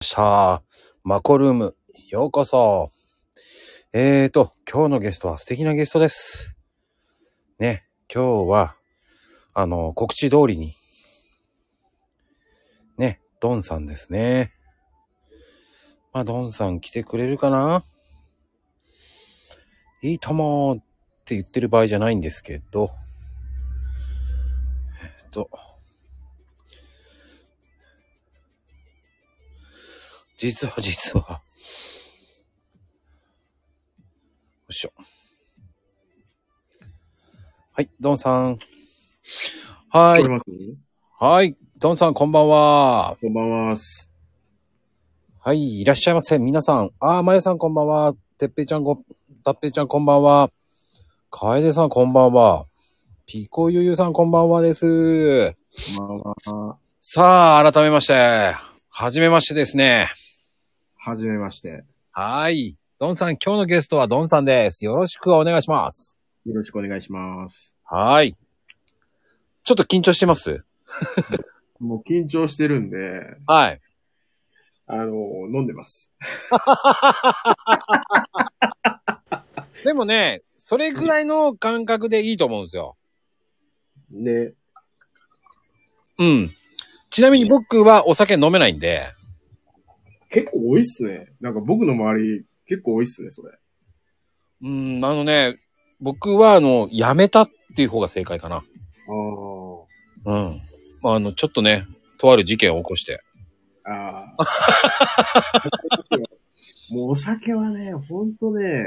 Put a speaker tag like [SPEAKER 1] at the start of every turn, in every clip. [SPEAKER 1] した。マコルーム、ようこそ。えーと、今日のゲストは素敵なゲストです。ね、今日は、あの、告知通りに、ね、ドンさんですね。まあ、ドンさん来てくれるかないいともーって言ってる場合じゃないんですけど、えっと、実は実は。よいしょ。はい、ドンさん。はい
[SPEAKER 2] 聞こえ。ます
[SPEAKER 1] はい。ドンさん、こんばんは。
[SPEAKER 2] こんばんは。す
[SPEAKER 1] はい。いらっしゃいませ。皆さん。あー、まゆさん、こんばんは。てっぺいちゃん、ご、たっぺいちゃん、こんばんは。かえでさん、こんばんは。ピコゆゆさん、こんばんはです。
[SPEAKER 2] こんばんは。
[SPEAKER 1] さあ、改めまして。はじめましてですね。
[SPEAKER 2] はじめまして。よ
[SPEAKER 1] はい。ドンさん、今日のゲストはドンさんです。よろしくお願いします。
[SPEAKER 2] ろしくお願いします。
[SPEAKER 1] はい。ちょっと緊張してます
[SPEAKER 2] もう緊張してるんで、
[SPEAKER 1] はい。
[SPEAKER 2] あの、飲んでます。
[SPEAKER 1] でもね、それぐらいの感覚でいいと思うんですよ。
[SPEAKER 2] ね。
[SPEAKER 1] うん。ちなみに僕はお酒飲めないんで、
[SPEAKER 2] 結構多いっすね。なんか僕の周り、結構多いっすね、それ。
[SPEAKER 1] うん、あのね、僕はあの、やめたっていう方が正解かな。
[SPEAKER 2] あ
[SPEAKER 1] うん。まあ、あの、ちょっとね、とある事件を起こして。
[SPEAKER 2] あ。ああ。もうお酒はね、ほんとね、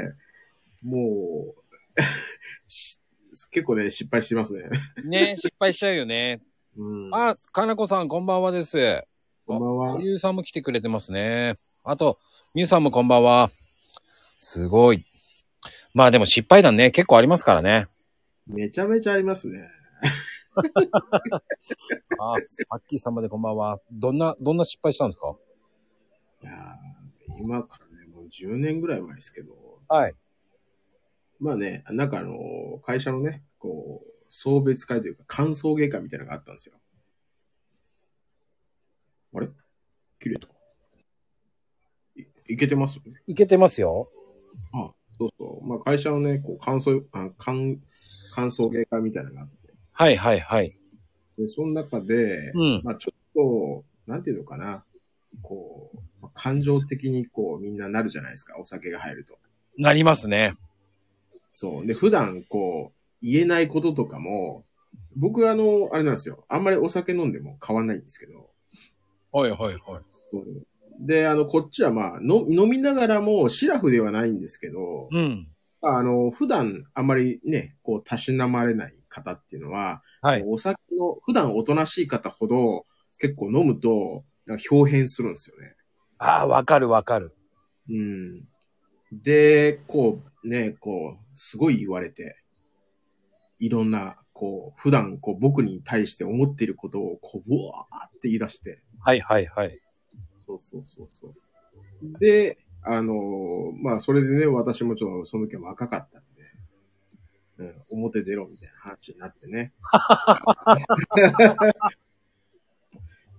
[SPEAKER 2] もう、 し結構ね、失敗してますね。
[SPEAKER 1] ね、失敗しちゃうよね。
[SPEAKER 2] うん。
[SPEAKER 1] あ、かなこさんこんばんはです。
[SPEAKER 2] こんばんは。
[SPEAKER 1] ゆうさんも来てくれてますね。あと、みゆさんもこんばんは。すごい。まあでも失敗談ね、結構ありますからね。
[SPEAKER 2] めちゃめちゃありますね。
[SPEAKER 1] あ、さっきさんまでこんばんは。どんな、どんな失敗したんですか
[SPEAKER 2] いやー今からね、もう10年ぐらい前ですけど、
[SPEAKER 1] はい。
[SPEAKER 2] まあね、なんかあのー、会社のね、こう、送別会というか、歓送迎会みたいなのがあったんですよ。あれ切れたい、いけてます
[SPEAKER 1] いけてますよ。
[SPEAKER 2] そうそう。まあ会社のね、こう、歓送、あ歓、歓送迎会みたいなのがあって、
[SPEAKER 1] はいはいはい。
[SPEAKER 2] で、その中で、
[SPEAKER 1] うん。
[SPEAKER 2] まあちょっと、なんていうのかな、こう、まあ感情的にこう、みんななるじゃないですか、お酒が入ると。
[SPEAKER 1] なりますね。
[SPEAKER 2] そう。で、普段、こう、言えないこととかも、僕、あの、あれなんですよ。あんまりお酒飲んでも変わんないんですけど。
[SPEAKER 1] はいはいはい。
[SPEAKER 2] で、あの、こっちは、まあ、の飲みながらも、シラフではないんですけど、
[SPEAKER 1] うん。
[SPEAKER 2] あの、普段、あんまりね、こう、たしなまれない方っていうのは、
[SPEAKER 1] はい。
[SPEAKER 2] お酒の、普段おとなしい方ほど、結構飲むと、なんか表変するんですよね。
[SPEAKER 1] ああ、わかるわかる。
[SPEAKER 2] うん。で、こう、ね、こう、すごい言われて、いろんな、こう、普段、こう、僕に対して思っていることを、こう、うわーって言い出して、
[SPEAKER 1] はいはいはい。
[SPEAKER 2] そうそうそうそう。で、あのーまあ、それでね、私もちょっと、その時は若かったんで、うん、表出ろみたいな話になってね。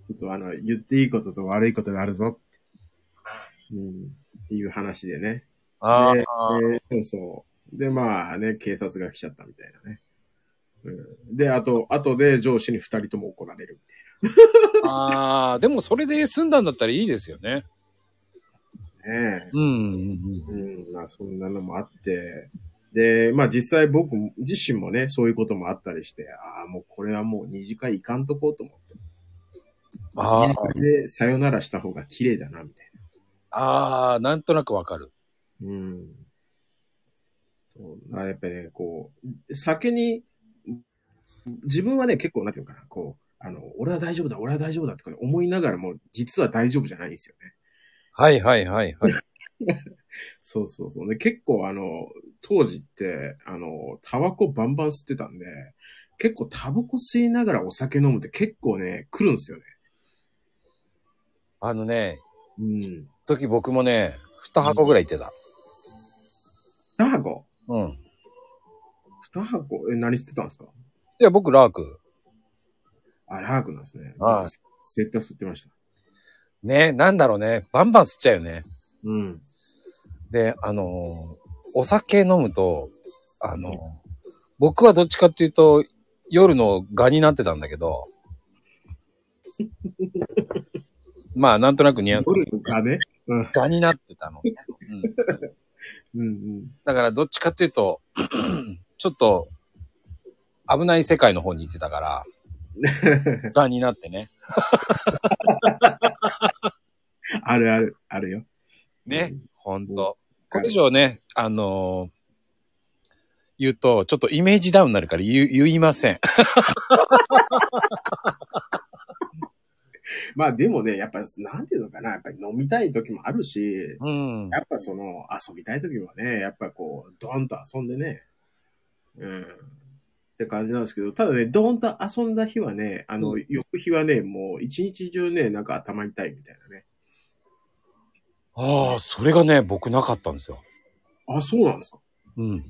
[SPEAKER 2] ちょっとあの、言っていいことと悪いことがあるぞ。うん、っていう話でね。
[SPEAKER 1] ああ、
[SPEAKER 2] ででそうそう。で、まあね、警察が来ちゃったみたいなね。うん、で、あと、あとで上司に二人とも怒られるみ
[SPEAKER 1] ああ、でもそれで済んだんだったらいいですよね。
[SPEAKER 2] たいなね。
[SPEAKER 1] うんうん
[SPEAKER 2] うん、まあそんなのもあって。で、まあ実際僕自身もね、そういうこともあったりして、ああ、もうこれはもう二次会行かんとこうと思って。
[SPEAKER 1] あー
[SPEAKER 2] 二次会で、さよならした方が綺麗だな、みたい
[SPEAKER 1] ああ、なんとなくわかる。
[SPEAKER 2] な。うん。そう、まあやっぱりね、こう、酒に、自分はね、結構、なんていうのかな、こう、あの、俺は大丈夫だ、俺は大丈夫だって思いながらも、実は大丈夫じゃないんですよね。
[SPEAKER 1] はいはいはいはい。
[SPEAKER 2] そうそうそう。で、結構あの、当時って、あの、タバコバンバン吸ってたんで、結構タバコ吸いながらお酒飲むって結構ね、来るんですよね。
[SPEAKER 1] あのね、
[SPEAKER 2] うん。
[SPEAKER 1] 時僕もね、二箱ぐらい行ってた。
[SPEAKER 2] 二箱
[SPEAKER 1] うん。い
[SPEAKER 2] 二箱え、何吸ってたんですか
[SPEAKER 1] や、僕、ラーク。
[SPEAKER 2] あ、ラークなんですね。。
[SPEAKER 1] はい
[SPEAKER 2] 絶対吸ってました。
[SPEAKER 1] ね、なんだろうね。バンバン吸っちゃうよね。
[SPEAKER 2] うん。
[SPEAKER 1] で、あのーお酒飲むと、あのー僕はどっちかっていうと、夜の蛾になってたんだけ ど、まあ、なんとなく似合う。
[SPEAKER 2] 夜のがね。うん。
[SPEAKER 1] 蛾になってたの。うん
[SPEAKER 2] うんうん。
[SPEAKER 1] だからどっちかっていうと、 ちょっと危ない世界の方に行ってたから、 がんになってね。
[SPEAKER 2] あるある、あるよ。
[SPEAKER 1] ね、ほんと。これ以上ね、あのー言うと、ちょっとイメージダウンになるから言う言いません。
[SPEAKER 2] まあでもね、やっぱ、なんていうのかな、やっぱり飲みたい時もあるし、
[SPEAKER 1] うん。
[SPEAKER 2] やっぱその、遊びたい時はね、やっぱこう、ドーンと遊んでね、うん。って感じなんですけど、ただね、ドーンと遊んだ日はね、あの、
[SPEAKER 1] うん
[SPEAKER 2] 翌日はね、もう一日中ね、なんか頭痛いみたいなね。
[SPEAKER 1] ああ、それがね、僕なかったんですよ。
[SPEAKER 2] あ、そうなんですか
[SPEAKER 1] うん。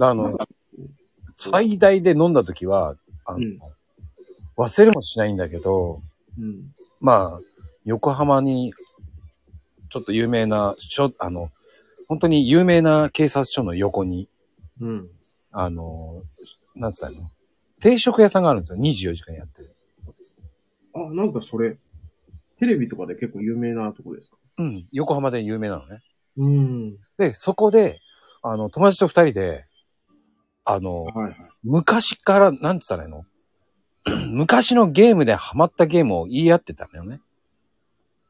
[SPEAKER 1] あの、最大で飲んだ時は、あの
[SPEAKER 2] うん
[SPEAKER 1] 忘れもしないんだけど、
[SPEAKER 2] うん。
[SPEAKER 1] まあ、横浜に、ちょっと有名な、しょ、あの、本当に有名な警察署の横に、
[SPEAKER 2] うん。
[SPEAKER 1] あの、なんつったの定食屋さんがあるんですよ。24時間やってる。
[SPEAKER 2] あ、なんかそれ、テレビとかで結構有名なとこですか
[SPEAKER 1] うん。横浜で有名なのね。
[SPEAKER 2] うん。
[SPEAKER 1] で、そこで、あの、友達と二人で、あの、
[SPEAKER 2] はいはい。
[SPEAKER 1] 昔から、なんつったらいいの 昔のゲームでハマったゲームを言い合ってたのよね。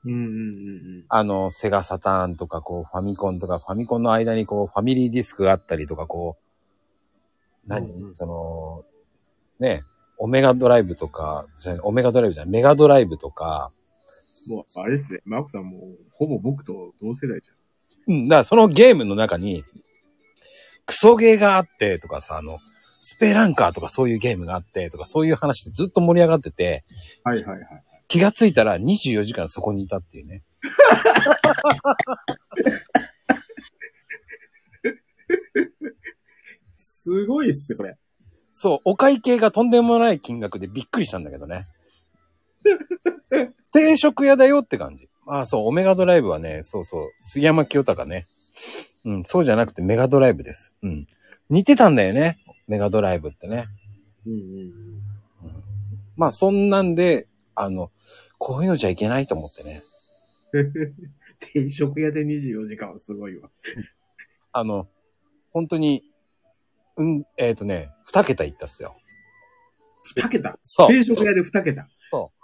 [SPEAKER 2] うんうんうん
[SPEAKER 1] あの、セガサターンとか、こう、ファミコンとか、ファミコンの間にこう、ファミリーディスクがあったりとか、こう、何、
[SPEAKER 2] うんうん
[SPEAKER 1] その、ね、オメガドライブとか、じゃオメガドライブじゃない、メガドライブとか、
[SPEAKER 2] うん。もう、あれですね、マークさんもう、ほぼ僕と同世代じゃ
[SPEAKER 1] う
[SPEAKER 2] ん。
[SPEAKER 1] ん、だからそのゲームの中に、クソゲーがあってとかさ、あの、スペランカーとかそういうゲームがあってとか、そういう話でずっと盛り上がってて、
[SPEAKER 2] はいはいはい。
[SPEAKER 1] 気がついたら24時間そこにいたっていうね。
[SPEAKER 2] すごいっすね、それ。
[SPEAKER 1] そう、お会計がとんでもない金額でびっくりしたんだけどね。 定食屋だよって感じ。ああ、そう、オメガドライブはね、そうそう、杉山清隆ね。うん、そうじゃなくてメガドライブです。うん。似てたんだよね、メガドライブってね。
[SPEAKER 2] うんうん。
[SPEAKER 1] まあ、そんなんで、あの、こういうのじゃいけないと思ってね。
[SPEAKER 2] 定食屋で24時間はすごいわ。
[SPEAKER 1] あの、本当に、うん、えっ、とね、二桁いったっすよ。
[SPEAKER 2] 二桁
[SPEAKER 1] そう。
[SPEAKER 2] 定食屋で二桁。。
[SPEAKER 1] そう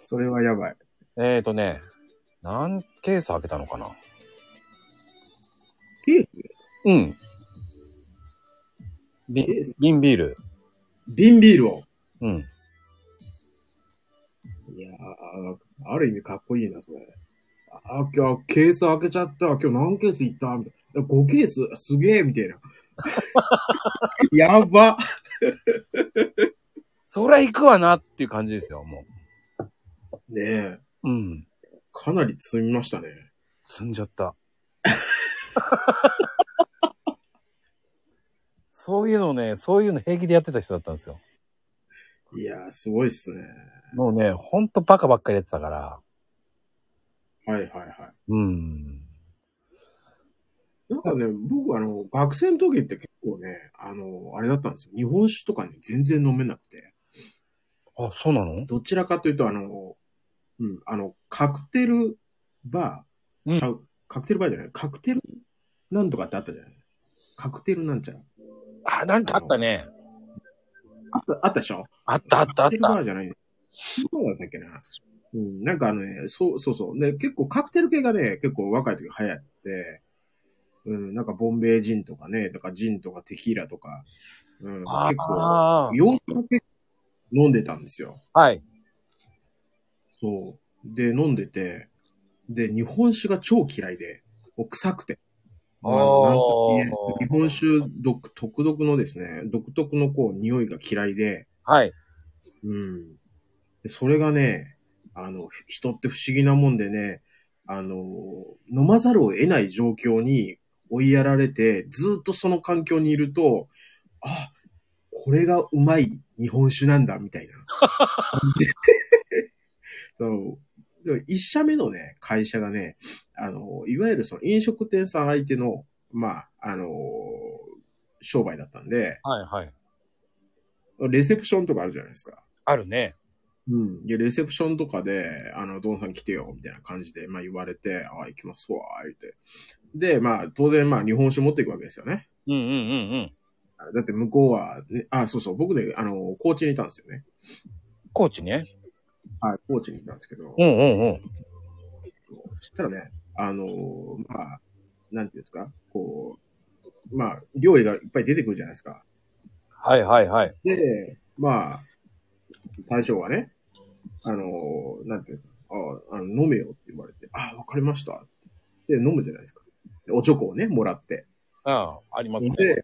[SPEAKER 2] それはやばい。
[SPEAKER 1] えっ、とね、何ケース開けたのかな
[SPEAKER 2] ケース
[SPEAKER 1] うん。び
[SPEAKER 2] ケース
[SPEAKER 1] 瓶ビール。
[SPEAKER 2] 瓶ビールを。
[SPEAKER 1] うん。
[SPEAKER 2] いやー、ある意味かっこいいな、それ。あ、今日ケース開けちゃった。今日何ケースいったみたいな。5ケースすげえみ たいな。やば。
[SPEAKER 1] そりゃ行くわなっていう感じですよ、も
[SPEAKER 2] ねえ、
[SPEAKER 1] う。うん。
[SPEAKER 2] かなり積みましたね。
[SPEAKER 1] 済んじゃった。 そういうのね、そういうの平気でやってた人だったんですよ。
[SPEAKER 2] いやー、すごいっすね。
[SPEAKER 1] もうね、ほんとバカばっかりやってたから。
[SPEAKER 2] はいはいはい。
[SPEAKER 1] うん。
[SPEAKER 2] なんかね、僕あの、学生の時って結構ね、あの、あれだったんですよ。日本酒とかね、全然飲めなくて。
[SPEAKER 1] あ、そうなの
[SPEAKER 2] どちらかというと、あの、うん、あの、カクテルバ
[SPEAKER 1] うん
[SPEAKER 2] ー、ちゃう、カクテルバーじゃない、カクテルなんとかってあったじゃない。カクテルなんちゃら。
[SPEAKER 1] あ、なんかあったね。
[SPEAKER 2] あった、あったでしょ
[SPEAKER 1] あったあったあっ
[SPEAKER 2] カクテルバ
[SPEAKER 1] た。
[SPEAKER 2] ーじゃない。そうだったっけな。うん、なんかあのね、そう、そうそう。ね、結構カクテル系がね、結構若い時流行って、うん、なんかボンベイジンとかね、とかジンとかテキーラとか、うん、
[SPEAKER 1] あ
[SPEAKER 2] 結構、
[SPEAKER 1] あー。
[SPEAKER 2] 洋酒も結構飲んでたんですよ。
[SPEAKER 1] はい。
[SPEAKER 2] そう。で、飲んでて、で、日本酒が超嫌いで、もう臭くて。
[SPEAKER 1] あー
[SPEAKER 2] あのなんとも言えない日本酒独独特のですね、独特のこう、匂いが嫌いで、
[SPEAKER 1] はい。
[SPEAKER 2] うん。でそれがね、あの、ひ人って不思議なもんでね、あの、飲まざるを得ない状況に追いやられて、ずっとその環境にいると、あ、これがうまい日本酒なんだ、みたいな。そう。で一社目のね、会社がね、あの、いわゆるその飲食店さん相手の、まあ、あの、商売だったんで、
[SPEAKER 1] はいはい。
[SPEAKER 2] レセプションとかあるじゃないですか。
[SPEAKER 1] あるね。
[SPEAKER 2] うん。で、レセプションとかで、あの、ドンさん来てよ、みたいな感じで、まあ言われて、あ行きますわ、言って。で、まあ、当然、まあ、日本酒持っていくわけですよね。
[SPEAKER 1] うんうんうんうん。
[SPEAKER 2] だって向こうは、ね、あ、そうそう、僕ね、あの、高知にいたんですよね。
[SPEAKER 1] 高知ね。
[SPEAKER 2] はい、高知にいたんですけど、
[SPEAKER 1] うんうんうん。
[SPEAKER 2] そしたらね、あの、まあ、なんていうんですか、こう、まあ、料理がいっぱい出てくるじゃないですか。
[SPEAKER 1] はいはいはい。
[SPEAKER 2] で、まあ、大将はね、あの、なんていうの、ああの飲めよって言われて、あ、わかりましたって。で、飲むじゃないですか。でおチョコをね、もらって。
[SPEAKER 1] ああ、ありますね。
[SPEAKER 2] で、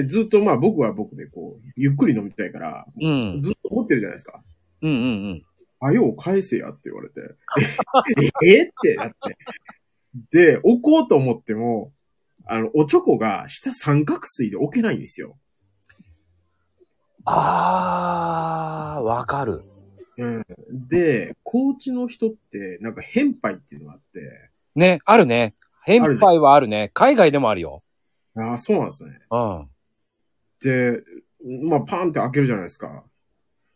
[SPEAKER 2] で、ずっとまあ僕は僕でこう、ゆっくり飲みたいから、
[SPEAKER 1] うん。
[SPEAKER 2] ずっと持ってるじゃないですか。
[SPEAKER 1] うんうんうん。
[SPEAKER 2] あよう返せやって言われ て。ええってなって。で、置こうと思っても、あの、おチョコが下三角錐で置けないんですよ。
[SPEAKER 1] ああ、わかる。
[SPEAKER 2] うん。で、高知の人って、なんか変配っていうのがあって、
[SPEAKER 1] ね、あるね。返杯はあるね。海外でもあるよ。
[SPEAKER 2] ああ、そうなんですね。
[SPEAKER 1] うん。
[SPEAKER 2] で、まあ、パンって開けるじゃないですか。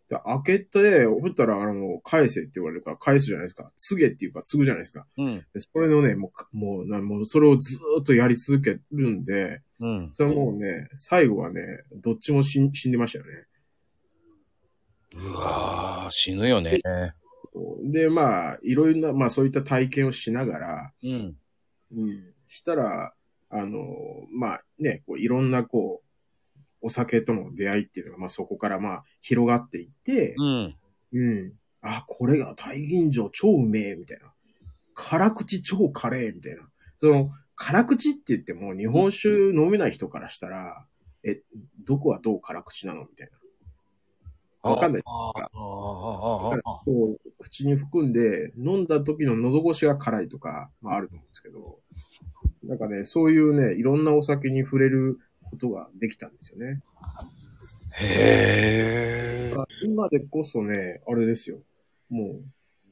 [SPEAKER 2] で、開けて、ほったら、あの、返せって言われるから、返すじゃないですか。告げっていうか、継ぐじゃないですか。
[SPEAKER 1] うん。
[SPEAKER 2] でそれのね、もうか、もう、なもうそれをずーっとやり続けるんで、
[SPEAKER 1] うん。
[SPEAKER 2] それもうね、最後はね、どっちも死ん死んでましたよね。
[SPEAKER 1] うわー死ぬよね。
[SPEAKER 2] で、まあ、いろいろな、まあ、そういった体験をしながら、
[SPEAKER 1] うん。
[SPEAKER 2] うん、したら、あの、まあね、こういろんな、こう、お酒との出会いっていうのが、まあそこからまあ広がっていって、
[SPEAKER 1] うん。
[SPEAKER 2] うん。あ、これが大吟醸超うめえ、みたいな。辛口超カレー、みたいな。その、辛口って言っても、日本酒飲めない人からしたら、え、どこはどう辛口なのみたいな。わかんない。
[SPEAKER 1] あーあー、あーあー、あ
[SPEAKER 2] こう、口に含んで、飲んだ時の喉越しが辛いとか、まああると思うんですけど、なんかね、そういうね、いろんなお酒に触れることができたんですよね。
[SPEAKER 1] ーへえ。
[SPEAKER 2] 今でこそね、あれですよ。もう、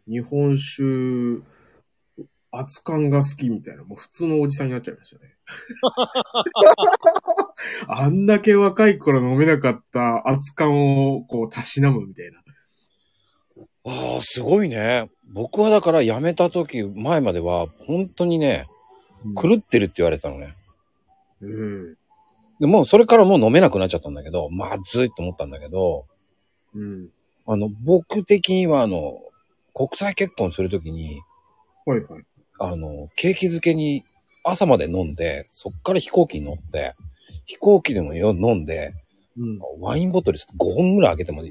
[SPEAKER 2] 日本酒、熱燗が好きみたいな、もう普通のおじさんになっちゃいましたね。あんだけ若い頃飲めなかった熱燗をこう、たしなむみたいな。
[SPEAKER 1] ああ、すごいね。僕はだから辞めた時前までは、本当にね、狂ってるって言われてたのね。
[SPEAKER 2] うん。
[SPEAKER 1] でもうそれからもう飲めなくなっちゃったんだけど、まずいと思ったんだけど、
[SPEAKER 2] うん。
[SPEAKER 1] あの、僕的にはあの、国際結婚するときに、
[SPEAKER 2] はいはい。
[SPEAKER 1] あの、景気漬けに朝まで飲んで、そっから飛行機に乗って、飛行機でもよ飲んで、
[SPEAKER 2] うん。
[SPEAKER 1] ワインボトル5本ぐらい開けても、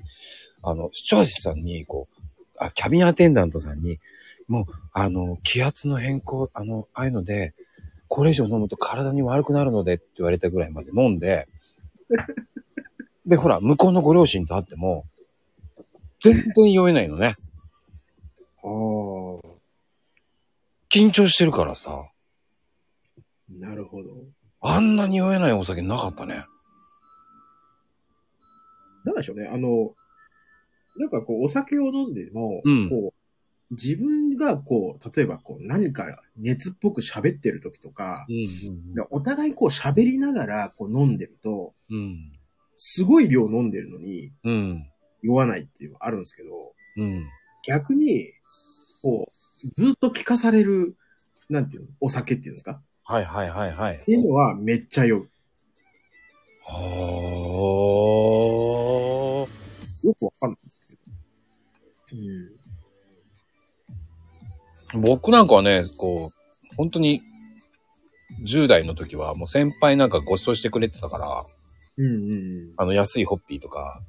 [SPEAKER 1] あの、視聴者さんに、こう、あ、キャビンアテンダントさんに、もう、あの、気圧の変更、あの、ああいうので、これ以上飲むと体に悪くなるのでって言われたぐらいまで飲んで、で、ほら、向こうのご両親と会っても、全然酔えないのね。
[SPEAKER 2] ああ。
[SPEAKER 1] 緊張してるからさ、
[SPEAKER 2] なるほど。
[SPEAKER 1] あんなに酔えないお酒なかったね。
[SPEAKER 2] なんでしょうね、あの、なんかこう、お酒を飲んでも、
[SPEAKER 1] うん
[SPEAKER 2] こう、自分がこう、例えばこう、何か熱っぽく喋ってる時とか、
[SPEAKER 1] うん
[SPEAKER 2] でお互いこう喋りながらこう飲んでると、
[SPEAKER 1] うん。
[SPEAKER 2] すごい量飲んでるのに
[SPEAKER 1] うん。
[SPEAKER 2] 酔わないっていうのはあるんですけど、
[SPEAKER 1] うん。
[SPEAKER 2] 逆に、こう、ずっと聞かされる、なんていうの、お酒っていうんですか
[SPEAKER 1] はいはいはいはい。
[SPEAKER 2] っていうのはめっちゃ酔う。
[SPEAKER 1] はあ。
[SPEAKER 2] よくわかんないんですけど。うん。
[SPEAKER 1] 僕なんかはね、こう、本当に、10代の時はもう先輩なんかご馳走してくれてたから、
[SPEAKER 2] うんうんうん。
[SPEAKER 1] あの安いホッピーとか、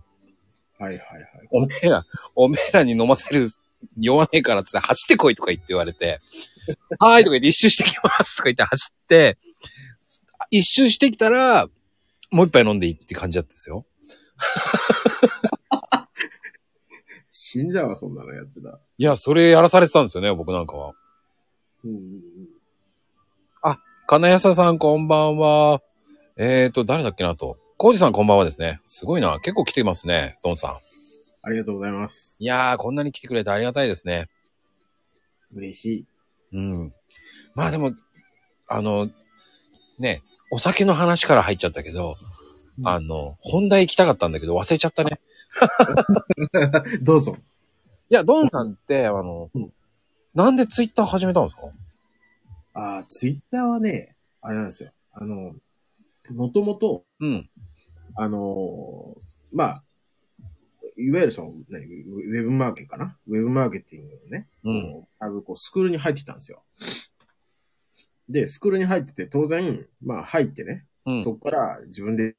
[SPEAKER 2] はいはいはい。
[SPEAKER 1] おめえら、おめえらに飲ませる、酔わねえからっつって走ってこいとか言って言われて、 はーいとか言って一周してきますとか言って走って、一周してきたら、もう一杯飲んでいいって感じだったんですよ。
[SPEAKER 2] 死んじゃうわ、そんなのやってたら。
[SPEAKER 1] いや、それやらされてたんですよね、僕なんかは。
[SPEAKER 2] うんうんうん。
[SPEAKER 1] 金谷さんこんばんは。えーと、誰だっけなと。コウジさんこんばんはですね。すごいな。結構来てますね、ドンさん。
[SPEAKER 2] ありがとうございます。
[SPEAKER 1] いやー、こんなに来てくれてありがたいですね。
[SPEAKER 2] 嬉しい。
[SPEAKER 1] うん。まあでも、あの、ね、お酒の話から入っちゃったけど、
[SPEAKER 2] うん
[SPEAKER 1] あの、本題行きたかったんだけど忘れちゃったね。
[SPEAKER 2] どうぞ。
[SPEAKER 1] いや、ドンさんって、あの、
[SPEAKER 2] うん
[SPEAKER 1] なんでツイッター始めたんですか
[SPEAKER 2] あーツイッターはね、あれなんですよ。あの、もともと、
[SPEAKER 1] うん。
[SPEAKER 2] あのーまあ、いわゆるその、何ウェブマーケットかなウェブマーケティングのね、
[SPEAKER 1] うん。
[SPEAKER 2] あの、こう、スクールに入ってたんですよ。で、スクールに入ってて、当然、まあ、入ってね、
[SPEAKER 1] うん。
[SPEAKER 2] そこから自分で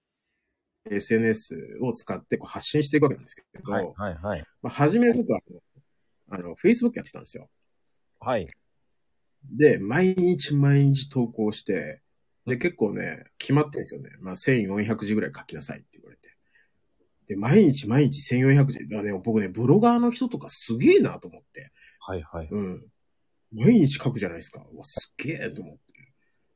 [SPEAKER 2] SNS を使ってこう発信していくわけなんですけど、
[SPEAKER 1] はい、はい、はい。
[SPEAKER 2] まあ、始めるとは、あの、Facebook やってたんですよ。
[SPEAKER 1] はい。
[SPEAKER 2] で、毎日毎日投稿して、で、結構ね、決まってるんですよね。まあ、1400字ぐらい書きなさいって言われて。で、毎日毎日1400字。だからね、僕ね、ブロガーの人とかすげえなと思って。
[SPEAKER 1] はい、はい。
[SPEAKER 2] うん。毎日書くじゃないですか。うわ、すげえと思って。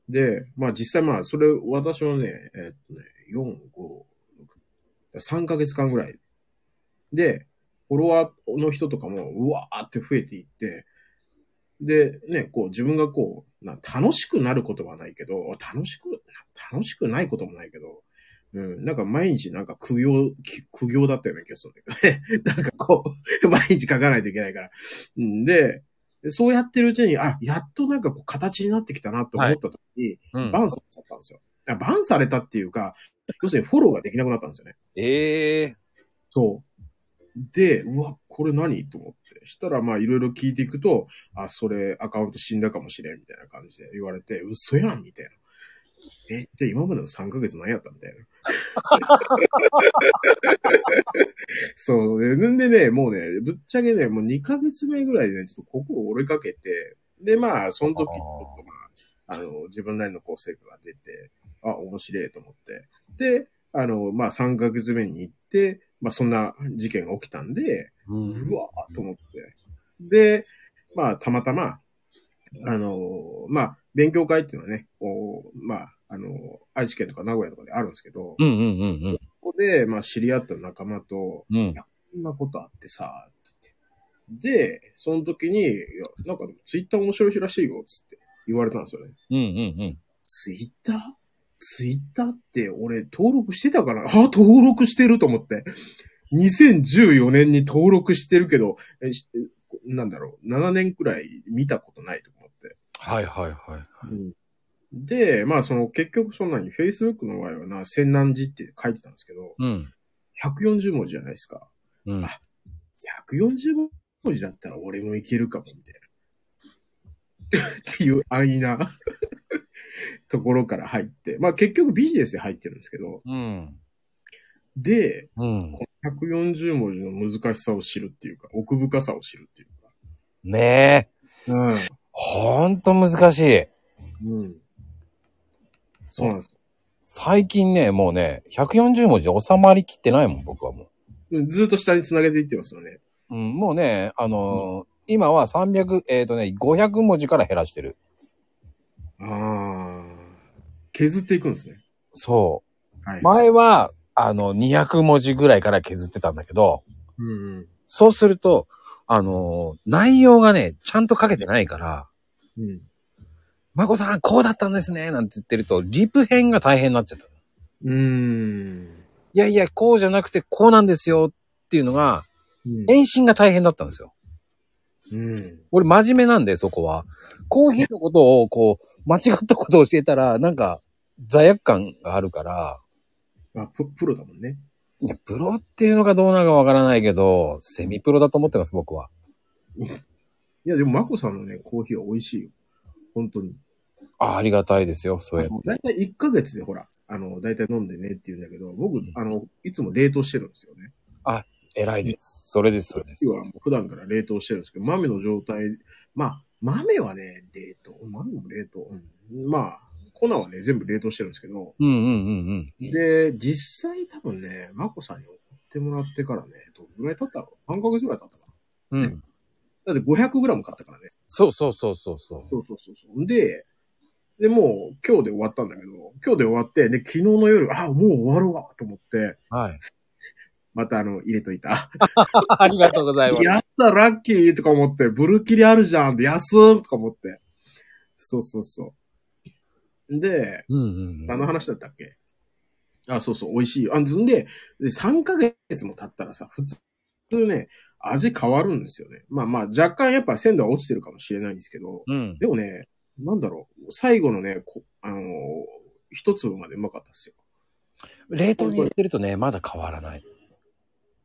[SPEAKER 2] で、まあ実際まあ、それ、私はね、えっとね、4、5、6、3ヶ月間ぐらい。で、フォロワーの人とかも、うわーって増えていって、で、ね、こう自分がこう、な楽しくなることはないけど、楽しく、楽しくないこともないけど、うん、なんか毎日なんか苦行、き苦行だったような気がするんだけどね。 なんかこう、 毎日書かないといけないから。うんで、そうやってるうちに、あ、やっとなんかこう形になってきたなと思った時に、
[SPEAKER 1] うん
[SPEAKER 2] バンされちゃったんですよ。だからバンされたっていうか、要するにフォローができなくなったんですよね。
[SPEAKER 1] ええ
[SPEAKER 2] そう。で、うわ、これ何と思って。したら、まあ、いろいろ聞いていくと、あ、それアカウント死んだかもしれんみたいな感じで言われて、嘘やんみたいな。え、じゃあ今までの3ヶ月何やったみたいな。そう。んでね、もうね、ぶっちゃけね、もう2ヶ月目ぐらいでね、ちょっと心折れかけて、で、まあ、その時、ちょっとまあ、あの、自分なりのこう成果が出て、あ、面白いと思って。で、あの、まあ、3ヶ月目に行って、まあ、そんな事件が起きたんで、
[SPEAKER 1] うん
[SPEAKER 2] う。わーと思って。で、まあ、たまたま、あのまあ、勉強会っていうのはね、こうまあ、あの愛知県とか名古屋とかであるんですけど、
[SPEAKER 1] うん、うん、うん、
[SPEAKER 2] ここで、まあ、知り合った仲間と、
[SPEAKER 1] うん。うん。
[SPEAKER 2] こんなことあってさ、って言って。で、その時に、いや、なんか、ツイッター面白いらしいよ、つって言われたんですよね。
[SPEAKER 1] うん、うん、うん。
[SPEAKER 2] ツイッターツイッターって俺登録してたかなあ、登録してると思って。2014年に登録してるけど、えしえなんだろう、7年くらい見たことないと思って。
[SPEAKER 1] はい、はい、はい。
[SPEAKER 2] で、まあその結局そんなに Facebook の場合はな、千何字って書いてたんですけど、
[SPEAKER 1] うん。
[SPEAKER 2] 140文字じゃないですか。
[SPEAKER 1] うん。
[SPEAKER 2] あ140文字だったら俺もいけるかも、みたいな。っていう安易な ところから入って、まあ結局ビジネスで入ってるんですけど、
[SPEAKER 1] うん。
[SPEAKER 2] で、
[SPEAKER 1] うん。
[SPEAKER 2] 140文字の難しさを知るっていうか、奥深さを知るっていうか。
[SPEAKER 1] ねえ。ほんと難しい。
[SPEAKER 2] うん。うん。そうなんです
[SPEAKER 1] 最近ね、もうね、140文字で収まりきってないもん、僕はも
[SPEAKER 2] よ。ずっと下に繋げていってますよね。
[SPEAKER 1] う。うん、もうね、あのー今は300、えっ、とね、500文字から減らしてる。
[SPEAKER 2] ああ。削っていくんですね。
[SPEAKER 1] そ
[SPEAKER 2] は
[SPEAKER 1] う。前は、あの、200文字ぐらいから削ってたんだけど、
[SPEAKER 2] うんうん。
[SPEAKER 1] そうすると、あのー内容がね、ちゃんと書けてないから、
[SPEAKER 2] うん。
[SPEAKER 1] まこさん、こうだったんですね、なんて言ってると、リプ編が大変になっちゃった。
[SPEAKER 2] うーん。
[SPEAKER 1] いやいや、こうじゃなくて、こうなんですよっていうのが、
[SPEAKER 2] うん
[SPEAKER 1] 返信が大変だったんですよ。
[SPEAKER 2] うん。
[SPEAKER 1] 俺真面目なんで、そこは。コーヒーのことを、こう、間違ったことを教えたら、なんか、罪悪感があるから、
[SPEAKER 2] まあ、ププロだもんね。
[SPEAKER 1] いやプロっていうのかどうなのかわからないけど、セミプロだと思ってます、僕は。
[SPEAKER 2] いや、でも、マコさんのね、コーヒーは美味しいよ。本当に。
[SPEAKER 1] あありがたいですよ、そうやって。
[SPEAKER 2] だいたい1ヶ月でほら、あの、だいたい飲んでねって言うんだけど、僕、あの、いつも冷凍してるんですよね。
[SPEAKER 1] 偉いです。それです、それです
[SPEAKER 2] 要。はもう普段から冷凍してるんですけど、豆の状態、まあ、豆はね、冷凍、豆も冷凍、うんまあ、粉はね、全部冷凍してるんですけど、
[SPEAKER 1] うんうんうんうん。
[SPEAKER 2] で、実際多分ね、マコさんに送ってもらってからね、どのぐらい経ったの ?3 ヶ月ぐらい経ったか
[SPEAKER 1] うん。
[SPEAKER 2] なだって 500g 買ったからね。
[SPEAKER 1] そうそうそうそうそう。
[SPEAKER 2] そうそうそうそう。で、で、もう今日で終わったんだけど、今日で終わって、で、昨日の夜、あ、もう終わるわ、と思って、
[SPEAKER 1] はい。
[SPEAKER 2] またあの、入れといた。
[SPEAKER 1] ありがとうございます。
[SPEAKER 2] やった、ラッキーとか思って、ブルーキリあるじゃんって、安ーとか思って。そうそうそう。で、
[SPEAKER 1] うんうんう
[SPEAKER 2] 何
[SPEAKER 1] ん。
[SPEAKER 2] の話だったっけあ、そうそう、美味しいよ。あ、ずんで、で3ヶ月も経ったらさ、普通ね、味変わるんですよね。まあまあ、若干やっぱ鮮度は落ちてるかもしれないんですけど、
[SPEAKER 1] うん。
[SPEAKER 2] でもね、なんだろう、最後のね、こあのー、一粒までうまかったですよ。
[SPEAKER 1] 冷凍に入れてるとね、まだ変わらない。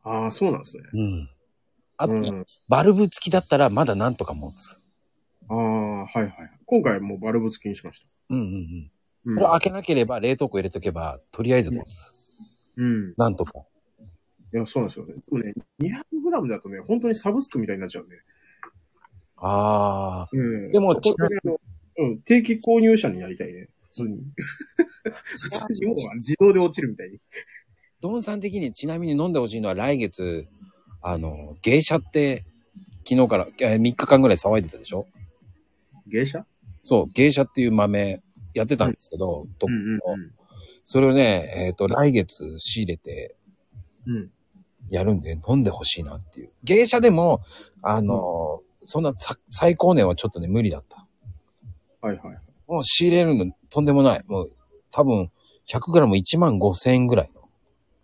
[SPEAKER 2] ああ、そうなんですね。
[SPEAKER 1] うん。あと、
[SPEAKER 2] うん、
[SPEAKER 1] バルブ付きだったらまだなんとか持つ。
[SPEAKER 2] ああ、はいはい。今回もうバルブ付きにしました。
[SPEAKER 1] うんうんうん。
[SPEAKER 2] うん
[SPEAKER 1] それを開けなければ冷凍庫入れとけば、とりあえず持つ。
[SPEAKER 2] うん。
[SPEAKER 1] なんとか。
[SPEAKER 2] いや、そうなんですよね。でもね、200g だとね、本当にサブスクみたいになっちゃうんで。
[SPEAKER 1] ああ。
[SPEAKER 2] うん。
[SPEAKER 1] でも
[SPEAKER 2] 本当にあの、うん、定期購入者になりたいね。普通 に。普通に、要は自動で落ちるみたいに。
[SPEAKER 1] ドンさん的にちなみに飲んでほしいのは来月、あの、芸者って、昨日から、えー3日間ぐらい騒いでたでしょ
[SPEAKER 2] 芸者
[SPEAKER 1] そう、芸者っていう豆やってたんですけど、と
[SPEAKER 2] うんうん
[SPEAKER 1] それをね、えっ、と、来月仕入れて
[SPEAKER 2] うん。うん。
[SPEAKER 1] やるんで飲んでほしいなっていう。芸者でも、あのーそんなさ最高年はちょっとね、無理だった。
[SPEAKER 2] はいはい。
[SPEAKER 1] もう仕入れるのとんでもない。もう多分、100g1 万5千円ぐらいの。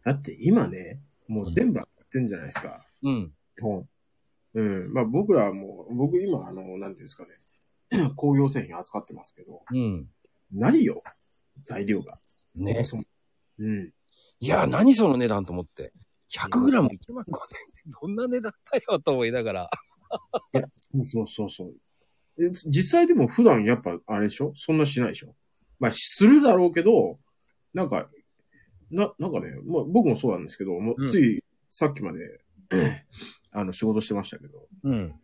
[SPEAKER 2] だって今ね、もう全部やってんじゃないですか。
[SPEAKER 1] うん。
[SPEAKER 2] 本。うん。まあ僕らはもう、僕今、あの、なんていうんですかね。 工業製品扱ってますけど、
[SPEAKER 1] うん。
[SPEAKER 2] ないよ。材料が。
[SPEAKER 1] ね
[SPEAKER 2] そもそもうん。
[SPEAKER 1] いや、何その値段と思って。100g1 万5千円ってどんな値段だよと思いながら。
[SPEAKER 2] そうそうそうそう。え実際でも普段やっぱあれでしょそんなしないでしょまあするだろうけど、なんか、な、なんかね、まあ僕もそうなんですけど、もうついさっきまで、 あの仕事してましたけど、
[SPEAKER 1] うん。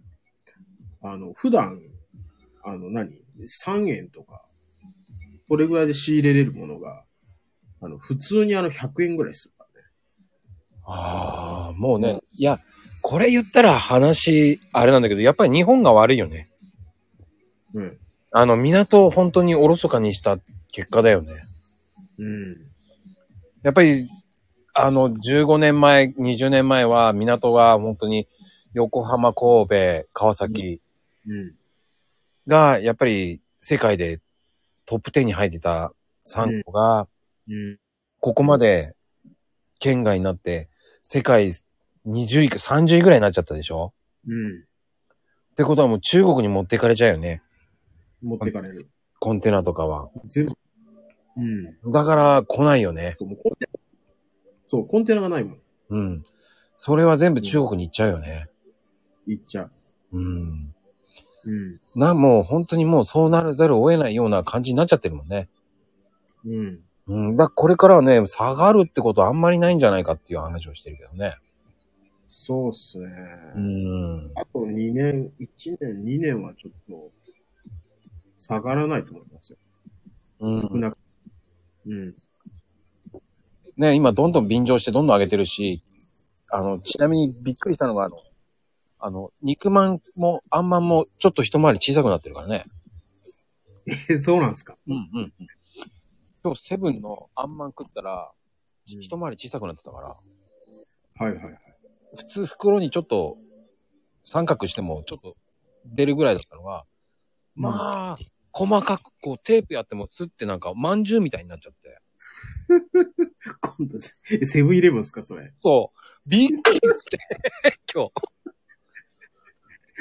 [SPEAKER 2] あの、普段、あの何、?3 円とか、これぐらいで仕入れれるものが、あの、普通にあの100円ぐらいするからね。
[SPEAKER 1] ああ、もうね、いや、これ言ったら話、あれなんだけど、やっぱり日本が悪いよね。
[SPEAKER 2] うん。
[SPEAKER 1] あの、港を本当におろそかにした結果だよね。
[SPEAKER 2] うん。
[SPEAKER 1] やっぱり、あの、15年前、20年前は港が本当に横浜、神戸、川崎
[SPEAKER 2] うん。
[SPEAKER 1] が、やっぱり世界でトップ10に入ってた3個が、
[SPEAKER 2] うん。
[SPEAKER 1] ここまで県外になって、世界20位か30位ぐらいになっちゃったでしょ
[SPEAKER 2] うん。
[SPEAKER 1] ってことはもう中国に持っていかれちゃうよね。
[SPEAKER 2] 持ってかれる。
[SPEAKER 1] コンテナとかは。
[SPEAKER 2] 全部。うん。
[SPEAKER 1] だから来ないよね。
[SPEAKER 2] もうコンテナそう、コンテナがないもん。
[SPEAKER 1] うん。それは全部中国に行っちゃうよね。
[SPEAKER 2] 行っちゃう。
[SPEAKER 1] うん。
[SPEAKER 2] うん。
[SPEAKER 1] な、もう本当にもうそうならざるを得ないような感じになっちゃってるもんね。
[SPEAKER 2] うん。
[SPEAKER 1] うん。だこれからはね、下がるってことはあんまりないんじゃないかっていう話をしてるけどね。
[SPEAKER 2] そうっすね。
[SPEAKER 1] うん。
[SPEAKER 2] あと2年、1年、2年はちょっと、下がらないと思いますよ。
[SPEAKER 1] う
[SPEAKER 2] 少
[SPEAKER 1] ん、
[SPEAKER 2] なく。うん。
[SPEAKER 1] ね、今どんどん便乗してどんどん上げてるし、あの、ちなみにびっくりしたのがあの、あの、肉まんもあんまんもちょっと一回り小さくなってるからね。
[SPEAKER 2] え、そうなんすか
[SPEAKER 1] うんうん。今日セブンのあんまん食ったら、
[SPEAKER 2] うん
[SPEAKER 1] 一回り小さくなってたから、
[SPEAKER 2] はいはいはい。
[SPEAKER 1] 普通袋にちょっと三角してもちょっと出るぐらいだったのが、
[SPEAKER 2] あ。
[SPEAKER 1] まあ、細かくこうテープやってもすってなんか饅頭みたいになっちゃって。
[SPEAKER 2] 今度、えセブンイレブンっすかそれ。
[SPEAKER 1] そう。びっくりして、今日。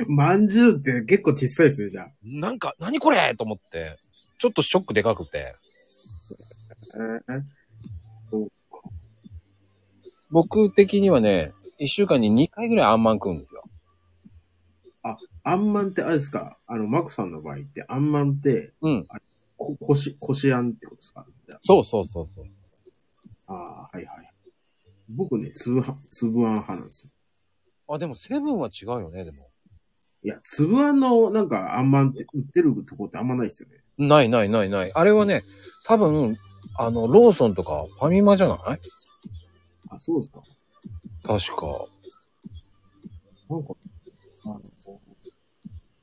[SPEAKER 2] まんじゅうって結構小さいですね、じゃあ。
[SPEAKER 1] なんか、何これと思って。ちょっとショックでかくて。
[SPEAKER 2] えー、そうか。
[SPEAKER 1] 僕的にはね、一週間に2回ぐらいあんまん食うんですよ。
[SPEAKER 2] あんまんってあれですかあの、マコさんの場合って、あんまんって、
[SPEAKER 1] うん。
[SPEAKER 2] こ、こし、こしあんってことですかじゃあ
[SPEAKER 1] そうそうそうそう。
[SPEAKER 2] ああ、はいはい。僕ね、つぶは、つぶあん派なんです
[SPEAKER 1] あ、でもセブンは違うよね、でも。
[SPEAKER 2] よ。いや、つぶあんの、なんか、あんまんって、売ってるとこってあんまないですよね。
[SPEAKER 1] ないないないない。あれはね、多分、あの、ローソンとかファミマじゃない
[SPEAKER 2] あ、そうですか。
[SPEAKER 1] 確か。
[SPEAKER 2] なんか、あの、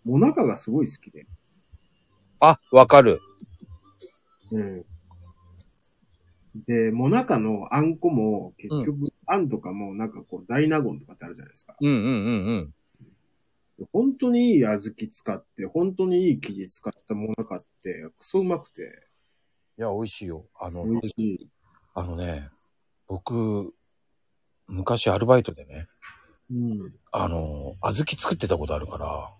[SPEAKER 2] もなかがすごい好きで。
[SPEAKER 1] あ、わかる。
[SPEAKER 2] うん。で、もなかのあんこも、結局、あんとかも、なんかこう、大納言とかってあるじゃないですか。
[SPEAKER 1] うんうんうんうん。
[SPEAKER 2] 本当にいい小豆使って、本当にいい生地使ったもなかって、クソうまくて、
[SPEAKER 1] いや、美味しいよ。あの、
[SPEAKER 2] 美味しい。
[SPEAKER 1] あのね、僕、昔アルバイトでね、
[SPEAKER 2] うん。
[SPEAKER 1] あの、小豆作ってたことあるから、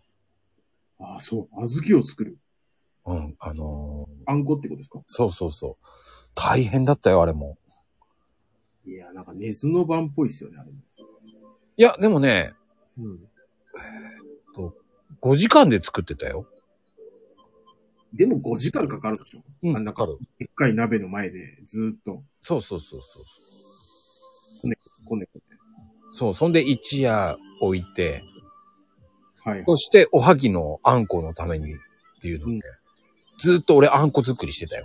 [SPEAKER 2] ああ、そう。小豆を作る。
[SPEAKER 1] うん、あの、
[SPEAKER 2] あんこってことですか
[SPEAKER 1] そうそうそう。大変だったよ、あれも。
[SPEAKER 2] いや、なんか、根津の番っぽいっすよね、あれも。
[SPEAKER 1] いや、でもね、
[SPEAKER 2] うん。
[SPEAKER 1] 5時間で作ってたよ。
[SPEAKER 2] でも5時間かかるでしょ
[SPEAKER 1] う
[SPEAKER 2] あん
[SPEAKER 1] ん、
[SPEAKER 2] な
[SPEAKER 1] わかる。
[SPEAKER 2] でっかい鍋の前で、ずーっと、
[SPEAKER 1] そうそうそうそう。
[SPEAKER 2] こねこね。
[SPEAKER 1] そう、そんで一夜置いて、
[SPEAKER 2] はい。
[SPEAKER 1] そしておはぎのあんこのためにっていうので、
[SPEAKER 2] うん
[SPEAKER 1] ずーっと俺あんこ作りしてたよ。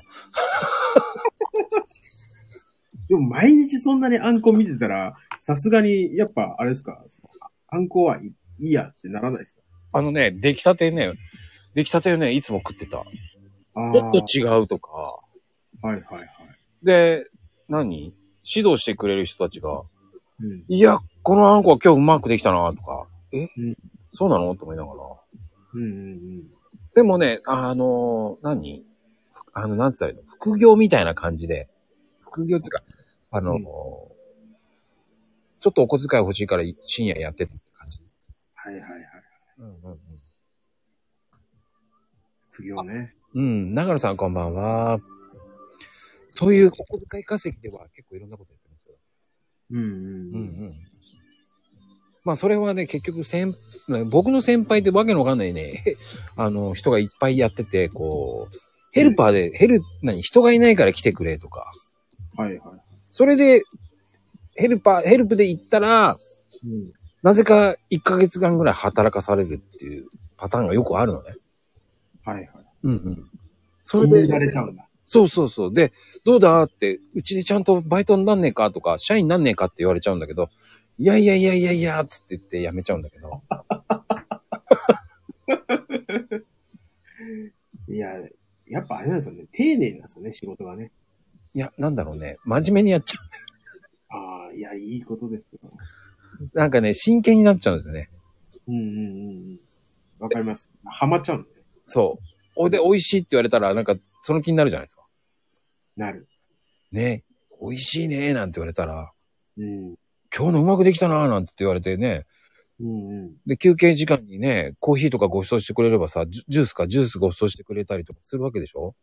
[SPEAKER 2] でも毎日そんなにあんこ見てたら、さすがに、やっぱ、あれですか、そのあんこはいいいやってならないですか
[SPEAKER 1] あのね、出来たてね、出来たてをね、いつも食ってた。ち
[SPEAKER 2] ああ、
[SPEAKER 1] ょっと違うとか、
[SPEAKER 2] はいはいはい。
[SPEAKER 1] で、何指導してくれる人たちが、
[SPEAKER 2] うん。
[SPEAKER 1] いや、このあんこは今日うまくできたな、とか、え、
[SPEAKER 2] うん
[SPEAKER 1] そうなのと思いながら。
[SPEAKER 2] うんうんうん。
[SPEAKER 1] でもね、あの、何ふあの、なんつったらいいの副業みたいな感じで。副業っていうか、あの、
[SPEAKER 2] うん
[SPEAKER 1] ちょっとお小遣い欲しいから深夜やってたって感じ。
[SPEAKER 2] はいはいはい。
[SPEAKER 1] うんうんうん。
[SPEAKER 2] 苦行ね。
[SPEAKER 1] うん、長野さんこんばんは。そういうお小遣い稼ぎでは結構いろんなことやってますよ。
[SPEAKER 2] うんう
[SPEAKER 1] うん
[SPEAKER 2] ん
[SPEAKER 1] うん。まあそれはね、結局先、僕の先輩ってわけのわかんないね、 へあの、人がいっぱいやってて、こう、ヘルパーで、ヘル、何、人がいないから来てくれとか。
[SPEAKER 2] うん。はいは
[SPEAKER 1] それで、ヘルパー、ヘルプで行ったら、
[SPEAKER 2] い。うん。
[SPEAKER 1] なぜか1ヶ月間ぐらい働かされるっていうパターンがよくあるのね。
[SPEAKER 2] はいはい。
[SPEAKER 1] うんうん。そ
[SPEAKER 2] そ
[SPEAKER 1] れ
[SPEAKER 2] れで。
[SPEAKER 1] で
[SPEAKER 2] ら、れちゃうんだ。
[SPEAKER 1] そうそうそう。で、どうだって、うちでちゃんとバイトになんねえかとか、社員になんねえかって言われちゃうんだけど、いやいやいやいやいや、つって言って辞めちゃうんだけど。
[SPEAKER 2] いや、やっぱあれなんですよね。丁寧なんですよね、仕事がね。
[SPEAKER 1] いや、なんだろうね。真面目にやっちゃ
[SPEAKER 2] ああ、いや、いいことですけど。
[SPEAKER 1] う。なんかね、真剣になっちゃうんですよね。
[SPEAKER 2] うんうんうんうん。わかります。ハマっちゃうんだね。
[SPEAKER 1] そう。おで、美味しいって言われたら、なんか、その気になるじゃないですか。
[SPEAKER 2] なる。
[SPEAKER 1] ね、美味しいね、なんて言われたら、
[SPEAKER 2] うん。
[SPEAKER 1] 今日のうまくできたな、なんて言われてね。
[SPEAKER 2] うんうん。
[SPEAKER 1] で、休憩時間にね、コーヒーとかご馳走してくれればさ、ジュジュースかジュースご馳走してくれたりとかするわけでしょ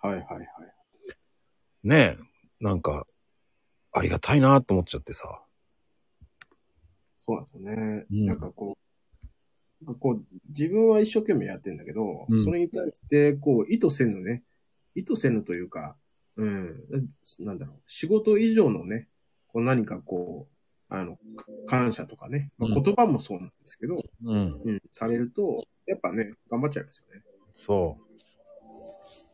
[SPEAKER 2] はいはいはい。
[SPEAKER 1] ねえ。なんか、ありがたいなと思っちゃってさ。
[SPEAKER 2] そうなんですよね。
[SPEAKER 1] うん
[SPEAKER 2] なんかこう、なんかこう、自分は一生懸命やってんだけど、
[SPEAKER 1] うん
[SPEAKER 2] それに対して、こう、意図せぬね、意図せぬというか、うん、なんだろう、仕事以上のね、こう何かこう、あの、感謝とかね、まあ
[SPEAKER 1] うん
[SPEAKER 2] 言葉もそうなんですけど、
[SPEAKER 1] うん。
[SPEAKER 2] うん、されると、やっぱね、頑張っちゃいますよね。
[SPEAKER 1] そ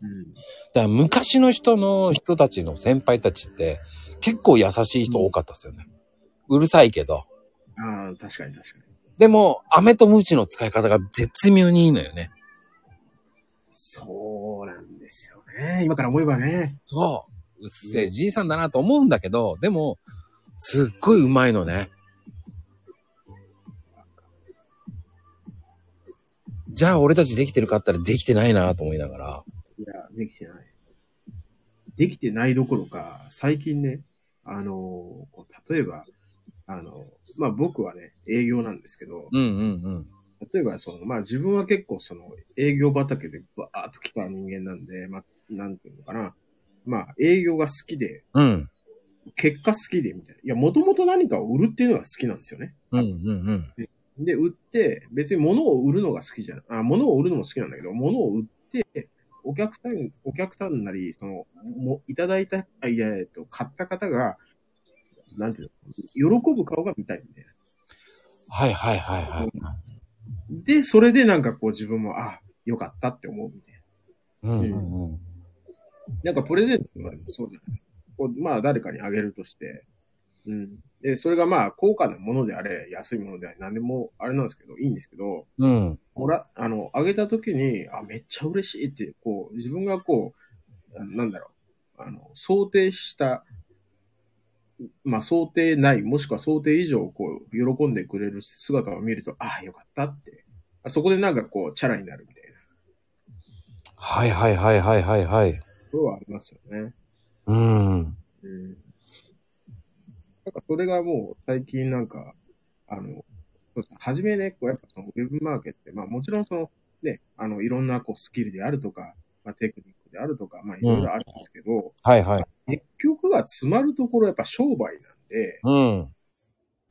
[SPEAKER 1] う。
[SPEAKER 2] うん。
[SPEAKER 1] だから昔の人の人たちの先輩たちって、結構優しい人多かったですよね。うるさいけど。
[SPEAKER 2] ああ、確かに確かに。
[SPEAKER 1] でも、飴とムチの使い方が絶妙にいいのよね。
[SPEAKER 2] そうなんですよね。今から思えばね。
[SPEAKER 1] そう。うっせえ、じいさんだなと思うんだけど、でも、すっごいうまいのね。じゃあ俺たちできてるかって言ったらできてないなと思いながら。
[SPEAKER 2] いや、できてない。できてないどころか、最近ね、あのーこう例えば、あのーまあ、僕はね、営業なんですけど、
[SPEAKER 1] うんうん
[SPEAKER 2] 例えば、その、まあ、自分は結構その、営業畑でバーっと来た人間なんで、まあ、なんていうのかな。まあ、営業が好きで、
[SPEAKER 1] うん。うん。
[SPEAKER 2] 結果好きで、みたいな。いや、もともと何かを売るっていうのが好きなんですよね。
[SPEAKER 1] うんうんうん。
[SPEAKER 2] で、売って、別に物を売るのが好きじゃない。あ、物を売るのも好きなんだけど、物を売って、お客さん、お客さんなり、その、もいただいた、あいや、えっと、買った方が、なんていうの、喜ぶ顔が見たいみたい
[SPEAKER 1] はいはいはいはい。
[SPEAKER 2] な。で、それでなんかこう自分も、あ、よかったって思うみたい
[SPEAKER 1] うんうんうん。
[SPEAKER 2] な。なんかプレゼントとかでもそうじゃないこうまあ、誰かにあげるとして、うん。で、それがまあ、高価なものであれ、安いものであれ、何でもあれなんですけど、いいんですけど、
[SPEAKER 1] うん。
[SPEAKER 2] もら、あの、あげたときに、あ、めっちゃ嬉しいって、こう、自分がこう、なんだろう、あの、想定した、まあ、想定ない、もしくは想定以上、こう、喜んでくれる姿を見ると、ああ、よかったって。あそこでなんかこう、チャラになるみたいな
[SPEAKER 1] はいはいはいはいはいはい。
[SPEAKER 2] ところはありますよね。
[SPEAKER 1] うん。
[SPEAKER 2] うん。なんかそれがもう最近なんか、あの、そうですね初めね、こうやっぱそのウェブマーケットって、まあもちろんその、ね、あの、いろんなこうスキルであるとか、まあテクニックであるとか、まあいろいろあるんですけど、
[SPEAKER 1] はいはい。
[SPEAKER 2] 結局が詰まるところやっぱ商売なんで、
[SPEAKER 1] うん。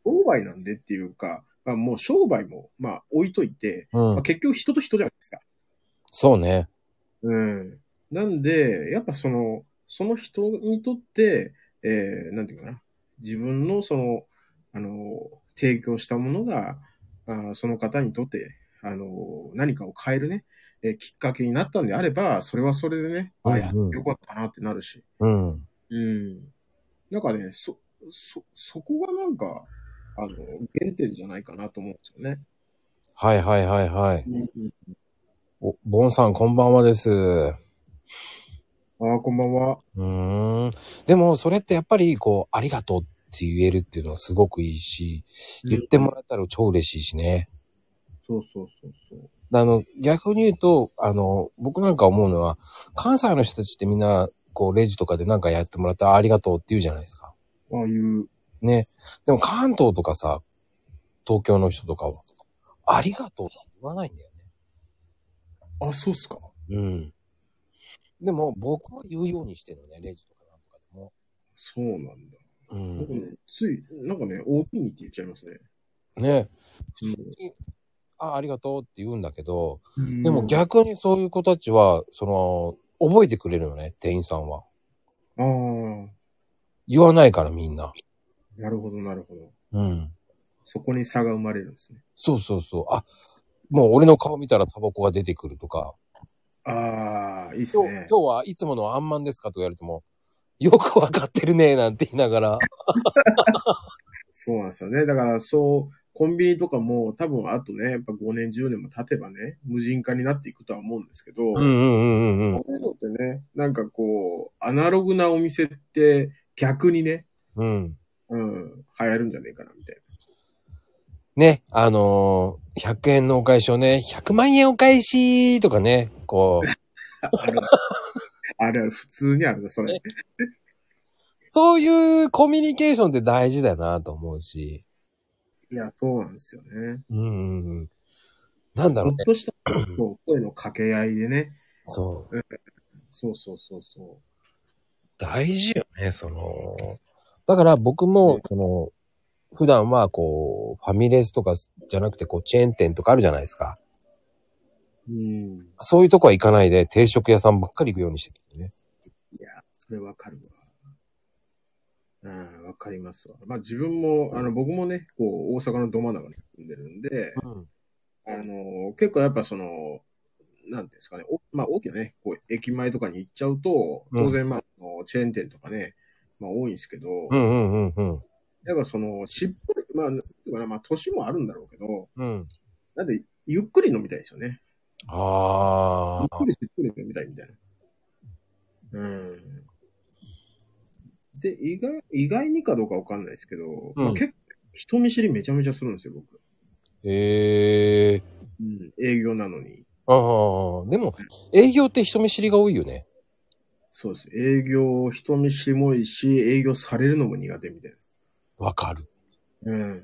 [SPEAKER 2] 商売なんでっていうか、まあもう商売も、まあ置いといて、
[SPEAKER 1] う
[SPEAKER 2] まあ、
[SPEAKER 1] ん。
[SPEAKER 2] 結局人と人じゃないですか。
[SPEAKER 1] そうね。
[SPEAKER 2] うん。なんで、やっぱその、その人にとって、えー、なんていうかな、自分のその、あの、提供したものが、あーその方にとって、あの、何かを変えるね、えーきっかけになったんであれば、それはそれでね、あ
[SPEAKER 1] うんう
[SPEAKER 2] あ、
[SPEAKER 1] ん
[SPEAKER 2] やってよかったなってなるし。
[SPEAKER 1] うん。
[SPEAKER 2] うん。なんかね、そ、そ、そこがなんか、あの、原点じゃないかなと思うんですよね。
[SPEAKER 1] はいはいはいはい。
[SPEAKER 2] うん
[SPEAKER 1] お、ボンさんこんばんはです。う
[SPEAKER 2] ああ、こんばんは。
[SPEAKER 1] ーん。でも、それってやっぱり、こう、ありがとうって言えるっていうのはすごくいいし、言ってもらったら超嬉しいしね。
[SPEAKER 2] そうそうそうそう。
[SPEAKER 1] あの、逆に言うと、あの、僕なんか思うのは、関西の人たちってみんな、こう、レジとかでなんかやってもらったらありがとうって言うじゃないですか。
[SPEAKER 2] ああいう、
[SPEAKER 1] ね。でも関東とかさ、東京の人とかは、ありがとうって言わないんだよね。
[SPEAKER 2] あ、そうっすか。
[SPEAKER 1] うん。でも、僕は言うようにしてるのね、レジとかなんとかでも。
[SPEAKER 2] そうなんだ。
[SPEAKER 1] うん
[SPEAKER 2] 僕。ね、つい、なんかね、OP にって言っちゃいますね。
[SPEAKER 1] ねあ、ありがとうって言うんだけど、
[SPEAKER 2] うん
[SPEAKER 1] でも逆にそういう子たちは、その、覚えてくれるのね、店員さんは。
[SPEAKER 2] ああ、
[SPEAKER 1] 言わないからみんな。
[SPEAKER 2] なるほど、なるほど。
[SPEAKER 1] うん。
[SPEAKER 2] そこに差が生まれるんですね。
[SPEAKER 1] そうそうそう。あ、もう俺の顔見たらタバコが出てくるとか、
[SPEAKER 2] ああ、いいっす
[SPEAKER 1] 今日
[SPEAKER 2] ね。
[SPEAKER 1] 今日はいつものあんまんですかとか言われても、よくわかってるね、なんて言いながら。
[SPEAKER 2] そうなんですよね。だから、そう、コンビニとかも多分あとね、やっぱ5年、10年も経てばね、無人化になっていくとは思うんですけど、
[SPEAKER 1] うんうんうんうん
[SPEAKER 2] そういうのってね、なんかこう、アナログなお店って逆にね、
[SPEAKER 1] うん。うん。
[SPEAKER 2] うん、流行るんじゃねえかな、みたい
[SPEAKER 1] ね、あのー100円のお返しをね、100万円お返しとかね、こ う、
[SPEAKER 2] な。ある、ある、普通にあるな、それ。
[SPEAKER 1] そういうコミュニケーションって大事だなと思うし。
[SPEAKER 2] いや、そうなんですよね。
[SPEAKER 1] うんうんうん。なんだ
[SPEAKER 2] ちょ
[SPEAKER 1] ろう
[SPEAKER 2] っ
[SPEAKER 1] ね。
[SPEAKER 2] としたそう声の掛け合いでね。
[SPEAKER 1] そう。
[SPEAKER 2] そうそうそうそ
[SPEAKER 1] 大事よね、その。だから僕も、その、普段はこう、ファミレスとかじゃなくて、こう、チェーン店とかあるじゃないですか。
[SPEAKER 2] う。うん。
[SPEAKER 1] そういうとこは行かないで、定食屋さんばっかり行くようにしてるね。
[SPEAKER 2] いや、それわかるわ。うん、わかりますわ。まあ自分も、あの、僕もね、こう、大阪のど真ん中に住んでるんで、
[SPEAKER 1] うん。
[SPEAKER 2] あの、結構やっぱその、なんていうんですかね、おまあ大きなね、こう、駅前とかに行っちゃうと、
[SPEAKER 1] うん
[SPEAKER 2] 当然まあ、あのチェーン店とかね、まあ多いんですけど、
[SPEAKER 1] うんうんうんうん。
[SPEAKER 2] やっぱその、しっぽり、まあ、なんていうかな、まあ年もあるんだろうけど、
[SPEAKER 1] うん。
[SPEAKER 2] なんで、ゆっくり飲みたいですよね。
[SPEAKER 1] あ
[SPEAKER 2] ゆっ
[SPEAKER 1] あ
[SPEAKER 2] く。りしっくり飲みたいみたいな。うん。で、意外、意外にかどうかわかんないですけど、まあ結構人見知りめちゃめちゃするんですよ、僕。
[SPEAKER 1] ええー。
[SPEAKER 2] うん。営業なのに。
[SPEAKER 1] ああ。でも、営業って人見知りが多いよね。
[SPEAKER 2] そうです。営業、人見知りもいいし、営業されるのも苦手みたい
[SPEAKER 1] わかる。
[SPEAKER 2] な。うん。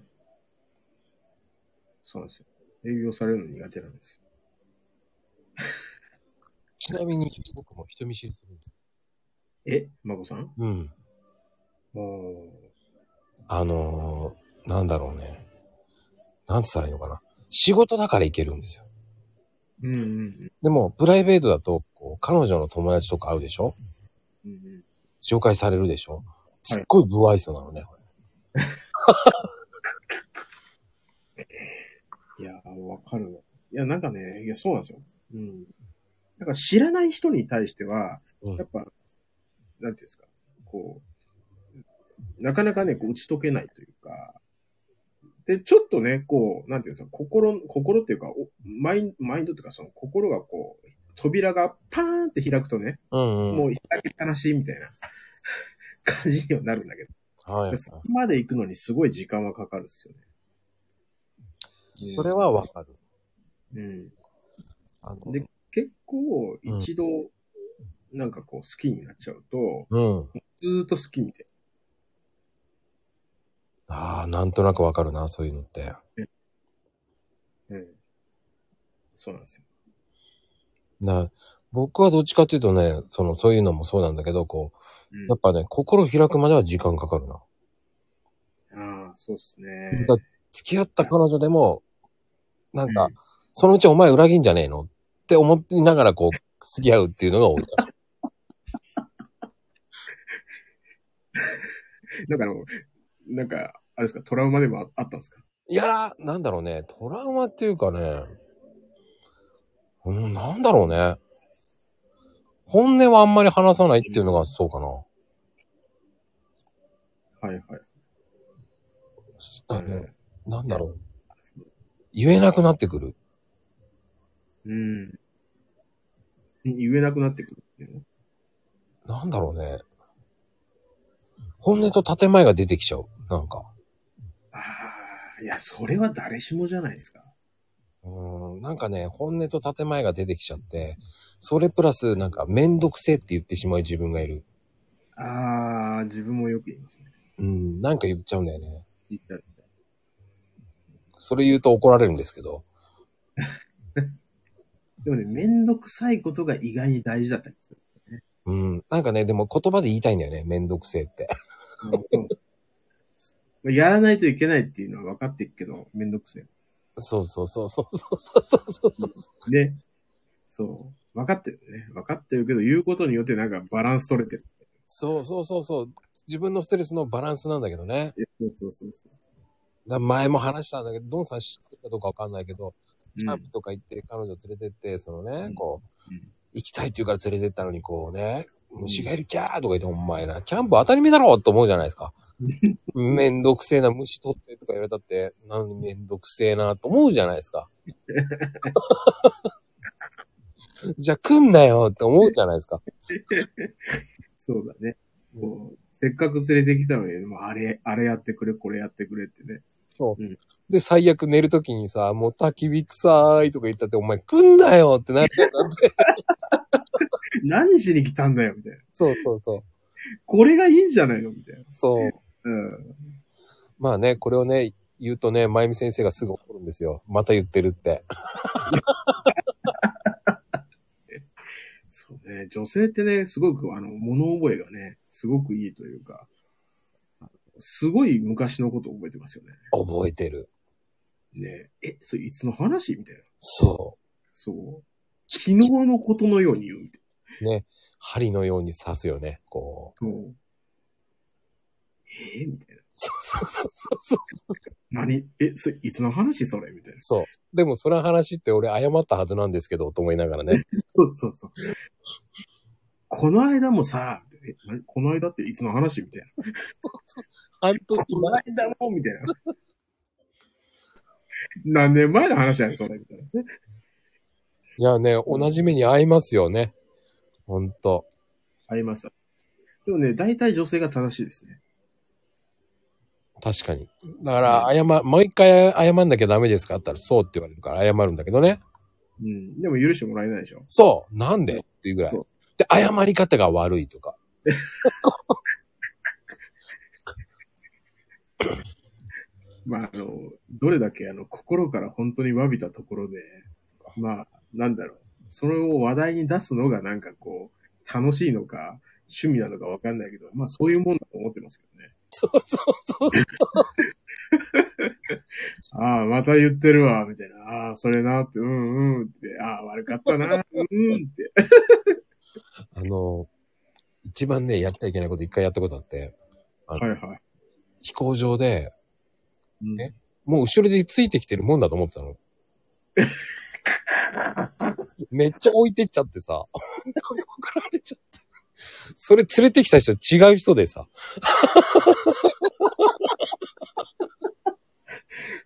[SPEAKER 2] そうなんですよ。営業されるの苦手なんですよ。
[SPEAKER 1] ちなみに、僕も人見知りする。
[SPEAKER 2] え孫さん
[SPEAKER 1] うん。
[SPEAKER 2] おー
[SPEAKER 1] あのー、なんだろうね。なんつったらいいのかな。仕事だから行けるんですよ。
[SPEAKER 2] うんうんうん。
[SPEAKER 1] でも、プライベートだと、こう、彼女の友達とか会うでしょ
[SPEAKER 2] うんうん、
[SPEAKER 1] 紹介されるでしょすっごい不愛想なのね。
[SPEAKER 2] いやー、わかるわ。いや、なんかね、いや、そうなんですよ。うん。だから知らない人に対しては、
[SPEAKER 1] うん
[SPEAKER 2] やっぱ、なんていうんですか、こう、なかなかね、こう打ち解けないというか、で、ちょっとね、こう、なんていうんですか、心、心っていうか、おマインマインドっていうか、その心がこう、扉がパーンって開くとね、
[SPEAKER 1] うんうん。
[SPEAKER 2] もう開けっぱなしみたいな 感じにはなるんだけ
[SPEAKER 1] はい
[SPEAKER 2] ど、。そこまで行くのにすごい時間はかかるっすよね。
[SPEAKER 1] それはわかる。
[SPEAKER 2] うん。
[SPEAKER 1] あの
[SPEAKER 2] で結構、一度、なんかこう好きになっちゃうと、
[SPEAKER 1] うん。
[SPEAKER 2] ずーっと好きみたい
[SPEAKER 1] ああ、なんとなくわかるな、そういうのって。
[SPEAKER 2] な。うん。そうなんですよ。
[SPEAKER 1] な僕はどっちかっていうとね、その、そういうのもそうなんだけど、こう、
[SPEAKER 2] うん
[SPEAKER 1] やっぱね、心開くまでは時間かかるな。
[SPEAKER 2] ああ、そうっすね。
[SPEAKER 1] だ付き合った彼女でも、なんか、
[SPEAKER 2] うん
[SPEAKER 1] そのうちお前裏切んじゃねえのって思ってながら、 こう、付き合うっていうのが多いから。
[SPEAKER 2] なんかあの、なんか、あれですか、トラウマでもああったんですか
[SPEAKER 1] いやー、なんだろうね、トラウマっていうかね、うん、なんだろうね。本音はあんまり話さないっていうのがそうかな。
[SPEAKER 2] はいはい。
[SPEAKER 1] だねなんだろう。言えなくなってくる。
[SPEAKER 2] うん。言えなくなってくるっていうの
[SPEAKER 1] なんだろうね。本音と建前が出てきちゃう。なんか。
[SPEAKER 2] ああ、いや、それは誰しもじゃないですか。
[SPEAKER 1] うん、なんかね、本音と建前が出てきちゃって、それプラス、なんか、めんどくせえって言ってしまう自分がいる。
[SPEAKER 2] ああ、自分もよく言いますね。
[SPEAKER 1] うん、なんか言っちゃうんだよね。
[SPEAKER 2] 言った
[SPEAKER 1] それ言うと怒られるんですけど。
[SPEAKER 2] でもね、めんどくさいことが意外に大事だったりする。
[SPEAKER 1] うん、なんかね、でも言葉で言いたいんだよね。めんどくせえって。
[SPEAKER 2] うんやらないといけないっていうのは分かっていくけど、めんどくせ
[SPEAKER 1] そうそうそうそうそうそうそうそう。
[SPEAKER 2] え。で、そう、分かってるね。分かってるけど、言うことによってなんかバランス取れてる。
[SPEAKER 1] そうそうそうそう。自分のストレスのバランスなんだけどね。
[SPEAKER 2] そうそうそうそう。
[SPEAKER 1] だから前も話したんだけど、ドンさん知ってるかどうかわかんないけど、キャンプとか行って彼女連れてって、そのね、
[SPEAKER 2] うん
[SPEAKER 1] こう、
[SPEAKER 2] うん
[SPEAKER 1] 行きたいって言うから連れてったのに、こうね、虫がいるキャーとか言って、お前な、キャンプ当たり前だろと思うじゃないですか。めんどくせえな、虫取ってとか言われたって、なんめんどくせえなと思うじゃないですか。じゃあ来んなよって思うじゃないですか。
[SPEAKER 2] そうだね。こうせっかく連れてきたのに、もうあれ、あれやってくれ、これやってくれってね。
[SPEAKER 1] で、最悪寝るときにさ、もう焚き火臭いとか言ったって、お前来んなよってなるじゃんだって。
[SPEAKER 2] 何しに来たんだよ、みたいな。
[SPEAKER 1] そうそうそう。
[SPEAKER 2] これがいいんじゃないのみたいな。
[SPEAKER 1] そう。
[SPEAKER 2] うん。
[SPEAKER 1] まあね、これをね、言うとね、まゆみ先生がすぐ怒るんですよ。また言ってるって。
[SPEAKER 2] そうね。女性ってね、すごく、あの、物覚えがね、すごくいいというか、すごい昔のことを覚えてますよね。
[SPEAKER 1] 覚えてる。
[SPEAKER 2] ねえ、それいつの話みたいな。
[SPEAKER 1] そ。
[SPEAKER 2] そう。昨日のことのように言うみたいう
[SPEAKER 1] ね。針のように刺すよね。こう。
[SPEAKER 2] な。そう。えーみたいな。
[SPEAKER 1] そうそうそうそう。
[SPEAKER 2] 何え、それいつの話それみたいな。
[SPEAKER 1] そう。でも、その話って俺謝ったはずなんですけど、と思いながらね。
[SPEAKER 2] そうそうそう。この間もさ、え何この間っていつの話みたいな。
[SPEAKER 1] 半年
[SPEAKER 2] この間もみたいな。 何年前の話やねん、それ。みたいなね。
[SPEAKER 1] いやね、同じ目に合いますよね。ほんと。
[SPEAKER 2] ありました。でもね、大体女性が正しいですね。
[SPEAKER 1] 確かに。だから、謝、もう一回謝んなきゃダメですかって言ったら、そうって言われるから謝るんだけどね。
[SPEAKER 2] うん。でも許してもらえないでしょ。
[SPEAKER 1] そうなんでっていうぐらい
[SPEAKER 2] そう。
[SPEAKER 1] で、謝り方が悪いとか。
[SPEAKER 2] まあ、あの、どれだけあの、心から本当に詫びたところで、まあ、なんだろう。それを話題に出すのがなんかこう、楽しいのか、趣味なのかわかんないけど、まあそういうもんだと思ってますけどね。
[SPEAKER 1] そうそうそう。
[SPEAKER 2] ああ、また言ってるわ、みたいな。ああ、それなって、うんうんって、ああ、悪かったな、うんうんって。
[SPEAKER 1] あの、一番ね、やっちゃいけないこと一回やったことあって、
[SPEAKER 2] はいはい。
[SPEAKER 1] 飛行場で、
[SPEAKER 2] うん
[SPEAKER 1] えもう後ろでついてきてるもんだと思ってた の。めっちゃ置いてっちゃってさ、怒られちゃって。それ連れてきた人違う人でさ、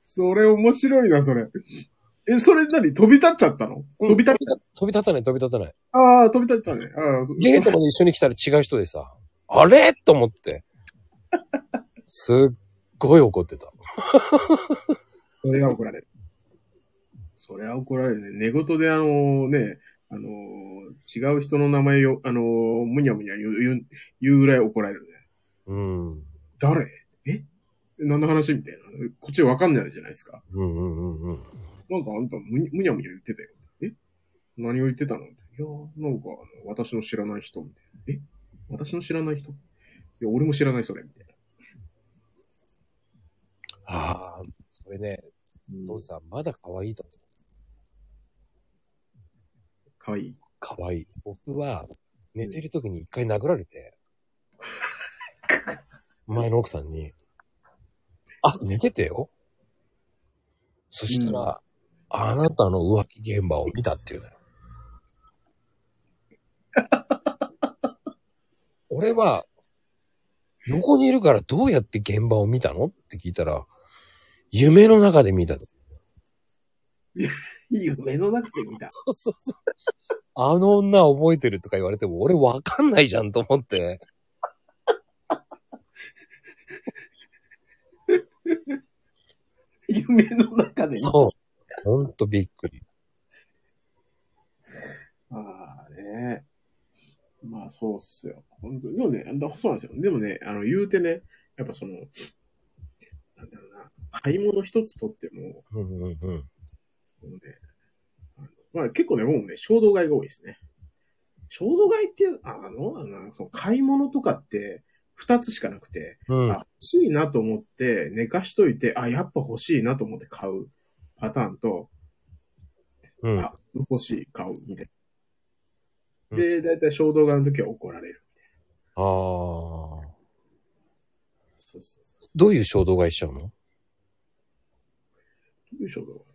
[SPEAKER 2] それ面白いな、それ。え、それ何飛び立っちゃったの飛び立っ
[SPEAKER 1] 飛び立たない、飛び立たない。
[SPEAKER 2] た。ああ、飛び立ったね。ああ、そ
[SPEAKER 1] ゲートまで一緒に来たら違う人でさ、あれと思って。すっごい怒ってた。
[SPEAKER 2] それは怒られる。それは怒られるね。寝言であのね、あのー違う人の名前を、あのーむにゃむにゃ言う、言う言うぐらい怒られるね。
[SPEAKER 1] うん。うん
[SPEAKER 2] 誰え何の話みたいな。こっちわかんないじゃないですか。
[SPEAKER 1] うんうんうん。
[SPEAKER 2] なんかあんたむにむにゃむにゃ言ってたよ。え何を言ってたのいや、なんかあの私の知らない人みたいな。え私の知らない人いや、俺も知らないそれみたいな。
[SPEAKER 1] ああ、それね、ドンさん、まだ可愛いと
[SPEAKER 2] かわいい。
[SPEAKER 1] 思う。可愛い。僕は、寝てる時に一回殴られて、前の奥さんに、あ、寝ててよ。そしたら、あなたの浮気現場を見たっていうのよ。俺は、横にいるからどうやって現場を見たのって聞いたら、夢の中で見たと。
[SPEAKER 2] 夢の中で見た。
[SPEAKER 1] そうそうそう。あの女覚えてるとか言われても、俺わかんないじゃんと思って。
[SPEAKER 2] 夢の中で見た。
[SPEAKER 1] そう。ほんとびっくり。
[SPEAKER 2] ああね。まあそうっすよ。本当に。でもね、だそうなんですよ。でもね、あの、言うてね、やっぱその、なんだろうな、買い物一つ取っても、
[SPEAKER 1] うんうんうん。
[SPEAKER 2] もうね、あのまあ結構ね、もうね、衝動買いが多いですね。衝動買いっていう、あの、あのその買い物とかって、二つしかなくて、
[SPEAKER 1] うん。
[SPEAKER 2] あ欲しいなと思って寝かしといて、あ、やっぱ欲しいなと思って買うパターンと、
[SPEAKER 1] うん。
[SPEAKER 2] あ、欲しい、買う、みたい
[SPEAKER 1] うん
[SPEAKER 2] な。で、だいたい衝動買いの時は怒られる。
[SPEAKER 1] あー。
[SPEAKER 2] そうそうそうそ
[SPEAKER 1] どういう衝動買いしちゃうの
[SPEAKER 2] う。どういう衝動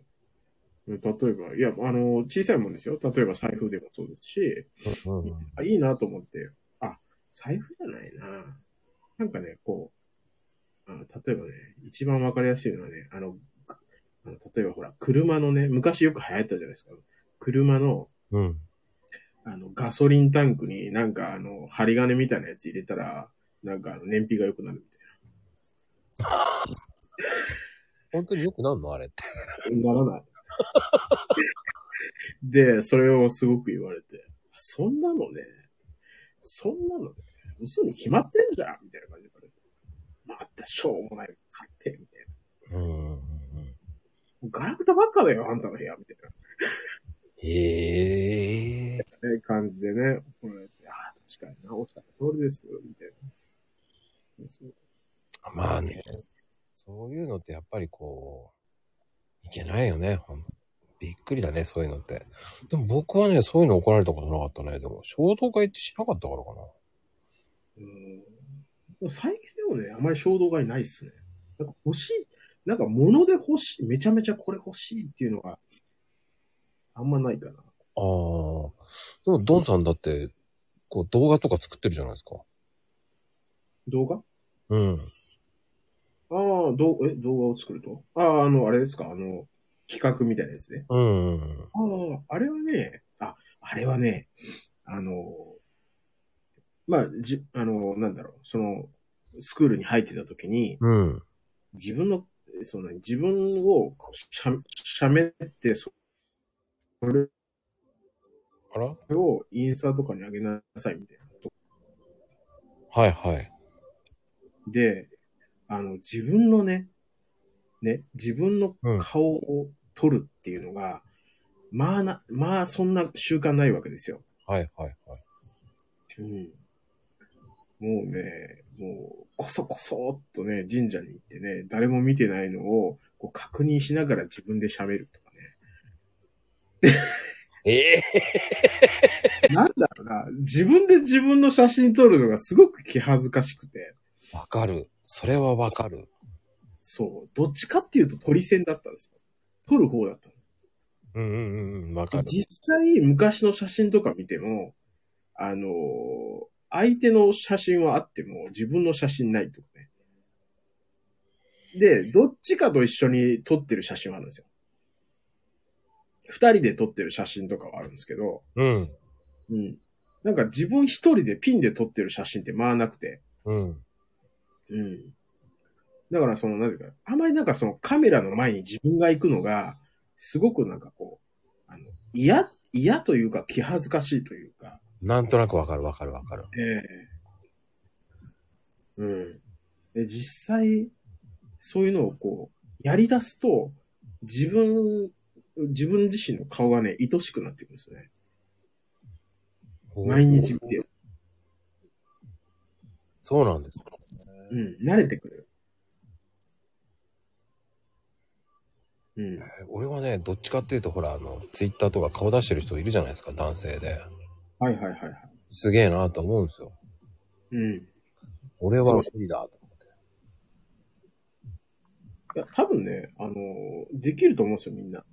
[SPEAKER 2] 例えば、いや、あの、小さいもんですよ。例えば財布でもそうですし、
[SPEAKER 1] うんうん
[SPEAKER 2] あいいなと思って、あ、財布じゃないな。なんかね、こう、あ例えばね、一番わかりやすいのはね、あの、あの例えばほら、車のね、昔よく流行ったじゃないですか。車の、
[SPEAKER 1] うん。
[SPEAKER 2] あの、ガソリンタンクになんかあの、針金みたいなやつ入れたら、なんかあの燃費が良くなるみたいな。
[SPEAKER 1] 本当によくなんのあれって。
[SPEAKER 2] ならない。で、それをすごく言われて、そんなのね、そんなのね、嘘に決まってんじゃんみたいな感じで言われて。またしょうもない、買って、みたいな。
[SPEAKER 1] うんうんうん。
[SPEAKER 2] ガラクタばっかだよ、あんたの部屋、みたい
[SPEAKER 1] へえ。
[SPEAKER 2] な、ね、感じでね、怒られて、ああ、確かにな、おっしゃった通りですよ、みたいな。そう
[SPEAKER 1] まあね。そういうのってやっぱりこう、いけないよね。ほんびっくりだね、そういうのって。でも僕はね、そういうの怒られたことなかったね。でも、衝動買いってしなかったからかな。
[SPEAKER 2] うん。でも最近でもね、あまり衝動買いないっすね。なんか欲しい、なんか物で欲しい、めちゃめちゃこれ欲しいっていうのが、あんまないかな。
[SPEAKER 1] ああ。でも、ドンさんだって、こう、動画とか作ってるじゃないですか。
[SPEAKER 2] 動画
[SPEAKER 1] うん。
[SPEAKER 2] ああ、どう、え、動画を作るとああ、あの、あれですか、あの、企画みたいなやつね。
[SPEAKER 1] うんうん。
[SPEAKER 2] ああ、あれはね、あ、あれはね、あの、まあ、じ、あの、なんだろう、その、スクールに入ってた時に、
[SPEAKER 1] うん。
[SPEAKER 2] 自分の、その、自分をこうしゃ、しゃめって、そ
[SPEAKER 1] あら
[SPEAKER 2] れをインスタとかに上げなさいみたいなこと。
[SPEAKER 1] はいはい。
[SPEAKER 2] で、あの、自分のね、ね、自分の顔を撮るっていうのが、まあな、まあそんな習慣ないわけですよ。
[SPEAKER 1] はいはいはい。
[SPEAKER 2] うん。もうね、もう、こそこそっとね、神社に行ってね、誰も見てないのをこう確認しながら自分で喋るとかね。
[SPEAKER 1] ええ
[SPEAKER 2] なんだろうな、自分で自分の写真撮るのがすごく気恥ずかしくて、
[SPEAKER 1] わかる。それはわかる。
[SPEAKER 2] そう、どっちかっていうと鳥線だったんですよ。撮る方だったの
[SPEAKER 1] うんうんうん。わかる。
[SPEAKER 2] 実際、昔の写真とか見ても、あのー相手の写真はあっても、自分の写真ないとかね。で、どっちかと一緒に撮ってる写真はあるんですよ。二人で撮ってる写真とかはあるんですけど、
[SPEAKER 1] うん。
[SPEAKER 2] うん。なんか自分一人でピンで撮ってる写真って回らなくて、
[SPEAKER 1] うん。
[SPEAKER 2] うん。だからその、なんていうか、あまりなんかそのカメラの前に自分が行くのが、すごくなんかこう、あの、嫌、嫌というか気恥ずかしいというか、
[SPEAKER 1] なんとなくわかるわかるわかる。
[SPEAKER 2] ええうん。で、実際、そういうのをこう、やり出すと、自分、自分自身の顔がね、愛しくなってくるんですよね。毎日見てる。
[SPEAKER 1] そうなんです。
[SPEAKER 2] うん、慣れてくる。うん。
[SPEAKER 1] え俺はね、どっちかっていうと、ほら、あの、ツイッターとか顔出してる人いるじゃないですか、男性で。
[SPEAKER 2] はいはいはいはい。
[SPEAKER 1] すげえなと思うんですよ。
[SPEAKER 2] うん。い
[SPEAKER 1] 俺は
[SPEAKER 2] そう
[SPEAKER 1] 無理だと思って。
[SPEAKER 2] や、多分ね、あの、できると思うんですよ、みんな。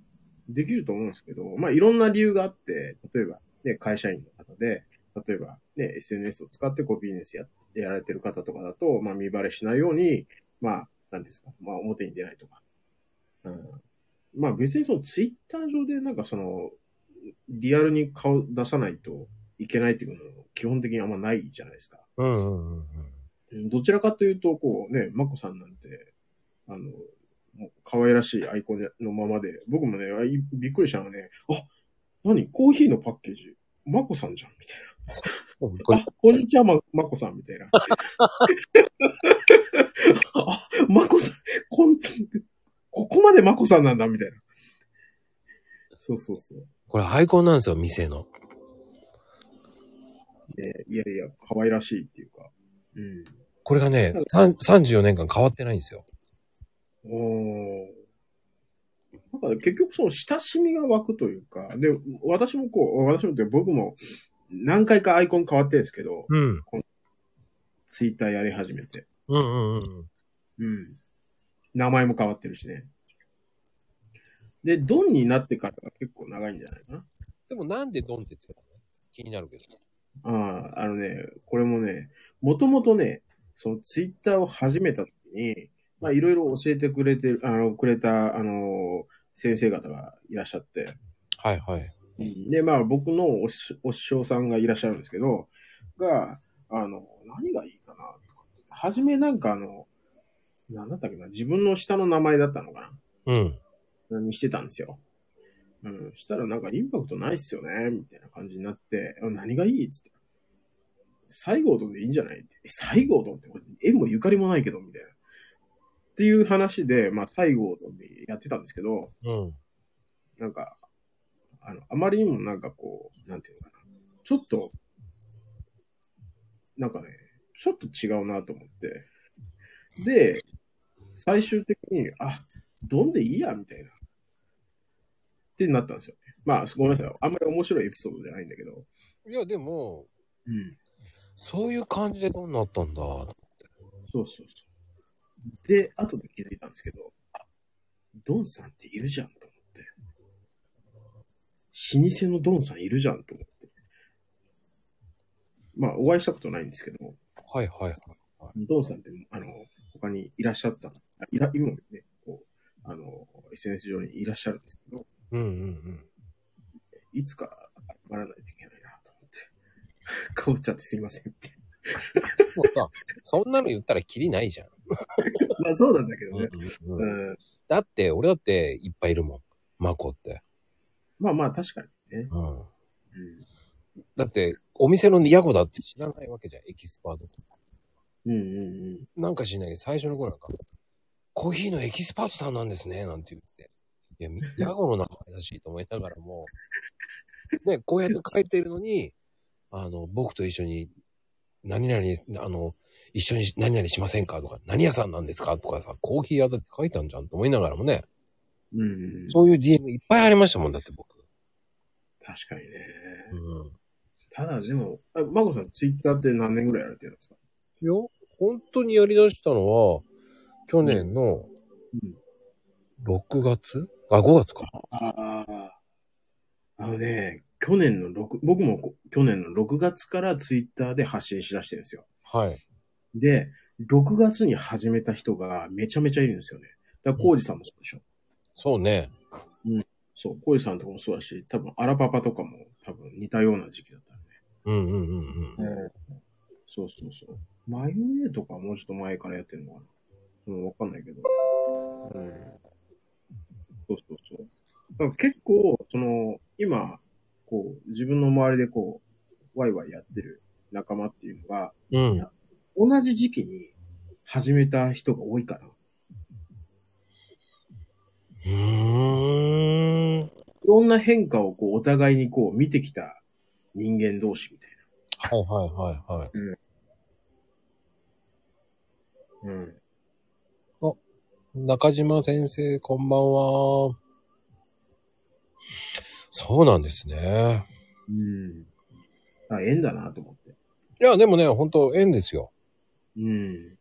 [SPEAKER 2] できると思うんですけど、まあ、いろんな理由があって、例えば、ね、会社員の方で、例えば、ね、SNS を使ってこうビジネスや、やられてる方とかだと、まあ、見バレしないように、まあ、なんていうんですか、まあ、表に出ないとか。うん。まあ、別にそのツイッター上でなんかその、リアルに顔出さないといけないっていうのは基本的にあんまないじゃないですか。
[SPEAKER 1] うんうんうんうん。
[SPEAKER 2] うんどちらかというと、こうね、まこさんなんて、あの、もう可愛らしいアイコンのままで、僕もね、あいびっくりしたのはね、あ、何コーヒーのパッケージ、まこさんじゃんみたい
[SPEAKER 1] そうこ
[SPEAKER 2] な。あ
[SPEAKER 1] れ、
[SPEAKER 2] こんにちは、ま、まこさんみたいな。 あ、まこさん、こん、ここまでまこさんなんだ、みたいな。そうそうそう。
[SPEAKER 1] これアイコンなんですよ、店の。
[SPEAKER 2] ねいやいや、可愛らしいっていうか。うん。
[SPEAKER 1] これがね、さん34年間変わってないんですよ。
[SPEAKER 2] おーなんかね結局その親しみが湧くというか、で、私もこう、私もって僕も何回かアイコン変わってるんですけど、
[SPEAKER 1] うん。
[SPEAKER 2] ツイッターやり始めて。
[SPEAKER 1] うんうんうん。
[SPEAKER 2] うん。名前も変わってるしね。で、ドンになってからが結構長いんじゃないかな。
[SPEAKER 1] でもなんでドンってつけたの気になるけど。
[SPEAKER 2] ああ、あのね、これもね、もともとね、そのツイッターを始めた時に、まあいろいろ教えてくれてる、あの、くれた、あの、先生方がいらっしゃって、
[SPEAKER 1] はいはい。
[SPEAKER 2] で、まあ僕のおしお師匠さんがいらっしゃるんですけど、が、あの、何がいいかなはじめなんかあの、なんだったっけな、自分の下の名前だったのか
[SPEAKER 1] うん。
[SPEAKER 2] なにしてたんですよ。うん、したらなんかインパクトないっすよね、みたいな感じになって、あ何がいいっつって。西郷どんでいいんじゃないって。え西郷どんって俺縁もゆかりもないけど、みたいな。っていう話で、まあ西郷どんでやってたんですけど、
[SPEAKER 1] うん。
[SPEAKER 2] なんか、あの、あまりにもなんかこう、なんていうのかな。ちょっと、なんかね、ちょっと違うなと思って。で、最終的に、あ、どんでいいや、みたいな。ってなったんですよね。まあ、ごめんなさい。あんまり面白いエピソードじゃないんだけど。
[SPEAKER 1] いや、でも、
[SPEAKER 2] うん。
[SPEAKER 1] そういう感じでドンになったんだ。
[SPEAKER 2] そうそうそう。で、後で気づいたんですけど、あドンさんっているじゃんと思って。老舗のドンさんいるじゃんと思って。まあ、お会いしたことないんですけど、
[SPEAKER 1] はいはいはい。
[SPEAKER 2] ドンさんって、あの、他にいらっしゃった、あいら今もね、こう、あの、SNS 上にいらっしゃるんですけ
[SPEAKER 1] う
[SPEAKER 2] ど、
[SPEAKER 1] んうんうん。
[SPEAKER 2] いつか謝らないといけないなと思って。かぶっちゃってす いませんって。
[SPEAKER 1] もうさ、そんなの言ったらキリないじゃん。
[SPEAKER 2] まあ、そうなんだけどね。
[SPEAKER 1] うんうん
[SPEAKER 2] うん。
[SPEAKER 1] だって、俺だっていっぱいいるもん。マコって。
[SPEAKER 2] まあまあ、確かにね。
[SPEAKER 1] うん。
[SPEAKER 2] うん
[SPEAKER 1] だって、お店のヤゴだって知らないわけじゃん、エキスパート。
[SPEAKER 2] うんうんうん。
[SPEAKER 1] なんか知んないけど、最初の頃なんか、コーヒーのエキスパートさんなんですね、なんて言って。いやみ、ヤゴの名前らしいと思いながらも、ね、こうやって書いてるのに、あの、僕と一緒に、何々、あの、一緒に何々しませんかとか、何屋さんなんですかとかさ、コーヒー屋だって書いたんじゃんと思いながらもね、
[SPEAKER 2] うんうんうん、
[SPEAKER 1] そういう DM いっぱいありましたもんだって僕。
[SPEAKER 2] 確かにね。
[SPEAKER 1] うん。
[SPEAKER 2] ただでも、あマコさん、ツイッターって何年ぐらいやられてるんですか
[SPEAKER 1] いや、本当にやり出したのは、去年の6月、あ、5月か。
[SPEAKER 2] ああ。あのね、去年の6、僕もこ去年の6月からツイッターで発信しだしてるんですよ。
[SPEAKER 1] はい。
[SPEAKER 2] で、6月に始めた人がめちゃめちゃいるんですよね。だから、コウジさんもそうでしょ。
[SPEAKER 1] そうね。
[SPEAKER 2] そう、コイさんとかもそうだし、多分、アラパパとかも多分似たような時期だったね。
[SPEAKER 1] うんうんうんうん。
[SPEAKER 2] そうそうそう。マユエとかはもうちょっと前からやってるのかなうん、わかんないけど。うん。そうそうそう。だから結構、その、今、こう、自分の周りでこう、ワイワイやってる仲間っていうのが、
[SPEAKER 1] うん。
[SPEAKER 2] 同じ時期に始めた人が多いから。
[SPEAKER 1] うーん。
[SPEAKER 2] いろんな変化をこう、お互いにこう、見てきた人間同士みたい
[SPEAKER 1] はいはいはいはい。
[SPEAKER 2] な。うん。
[SPEAKER 1] 中島先生、こんばんは。そうなんですね。
[SPEAKER 2] うん。あ、縁だなと思って。
[SPEAKER 1] いや、でもね、本当縁ですよ。
[SPEAKER 2] うん。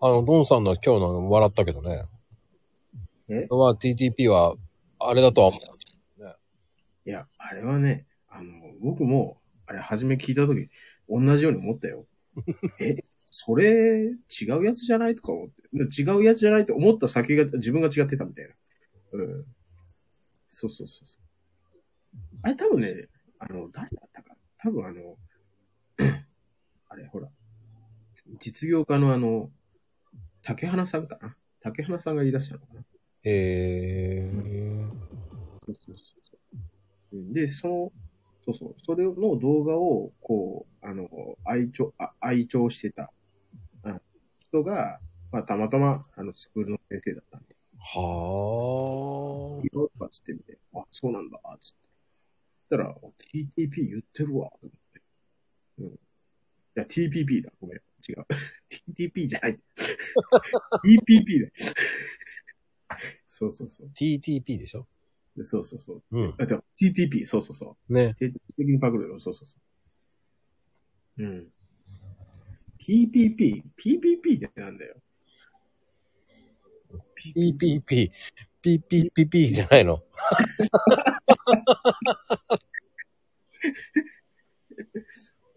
[SPEAKER 1] あの、ドンさんの今日のあの笑ったけどね。
[SPEAKER 2] え
[SPEAKER 1] は、TTP は、あれだとは思う。
[SPEAKER 2] いや、あれはね、あの、僕も、あれ、初め聞いたとき、同じように思ったよ。え、それ、違うやつじゃないとか思って。違うやつじゃないと思った先が、自分が違ってたみたいな。うん。そうそうそうそう。あれ、多分ね、あの、誰だったか。多分あの、 あれ、ほら、実業家のあの、竹花さんかな。竹花さんが言い出したのかな。
[SPEAKER 1] へー。
[SPEAKER 2] そうそうそうそう。で、その、そうそう、それの動画を、こう、あの、愛聴、あ愛聴してた、あ人が、まあ、たまたま、あの、スクールの先生だったんで、
[SPEAKER 1] はー
[SPEAKER 2] い。ろとかつってみて、あ、そうなんだ、つって。そしたら、TTP 言ってるわ、と思って。うん。いや、TPP だ、ごめん。違う。TTP じゃない。TPP だ。 そうそうそう
[SPEAKER 1] TTP でしょ。
[SPEAKER 2] でそうそうそう。
[SPEAKER 1] うん。
[SPEAKER 2] あ、でも TTP、そうそうそう。
[SPEAKER 1] ね。
[SPEAKER 2] 徹底的にパクるよ。そうそうそう。うん。PPP、PPP ってなんだよ。
[SPEAKER 1] PPP。PPPP じゃないの。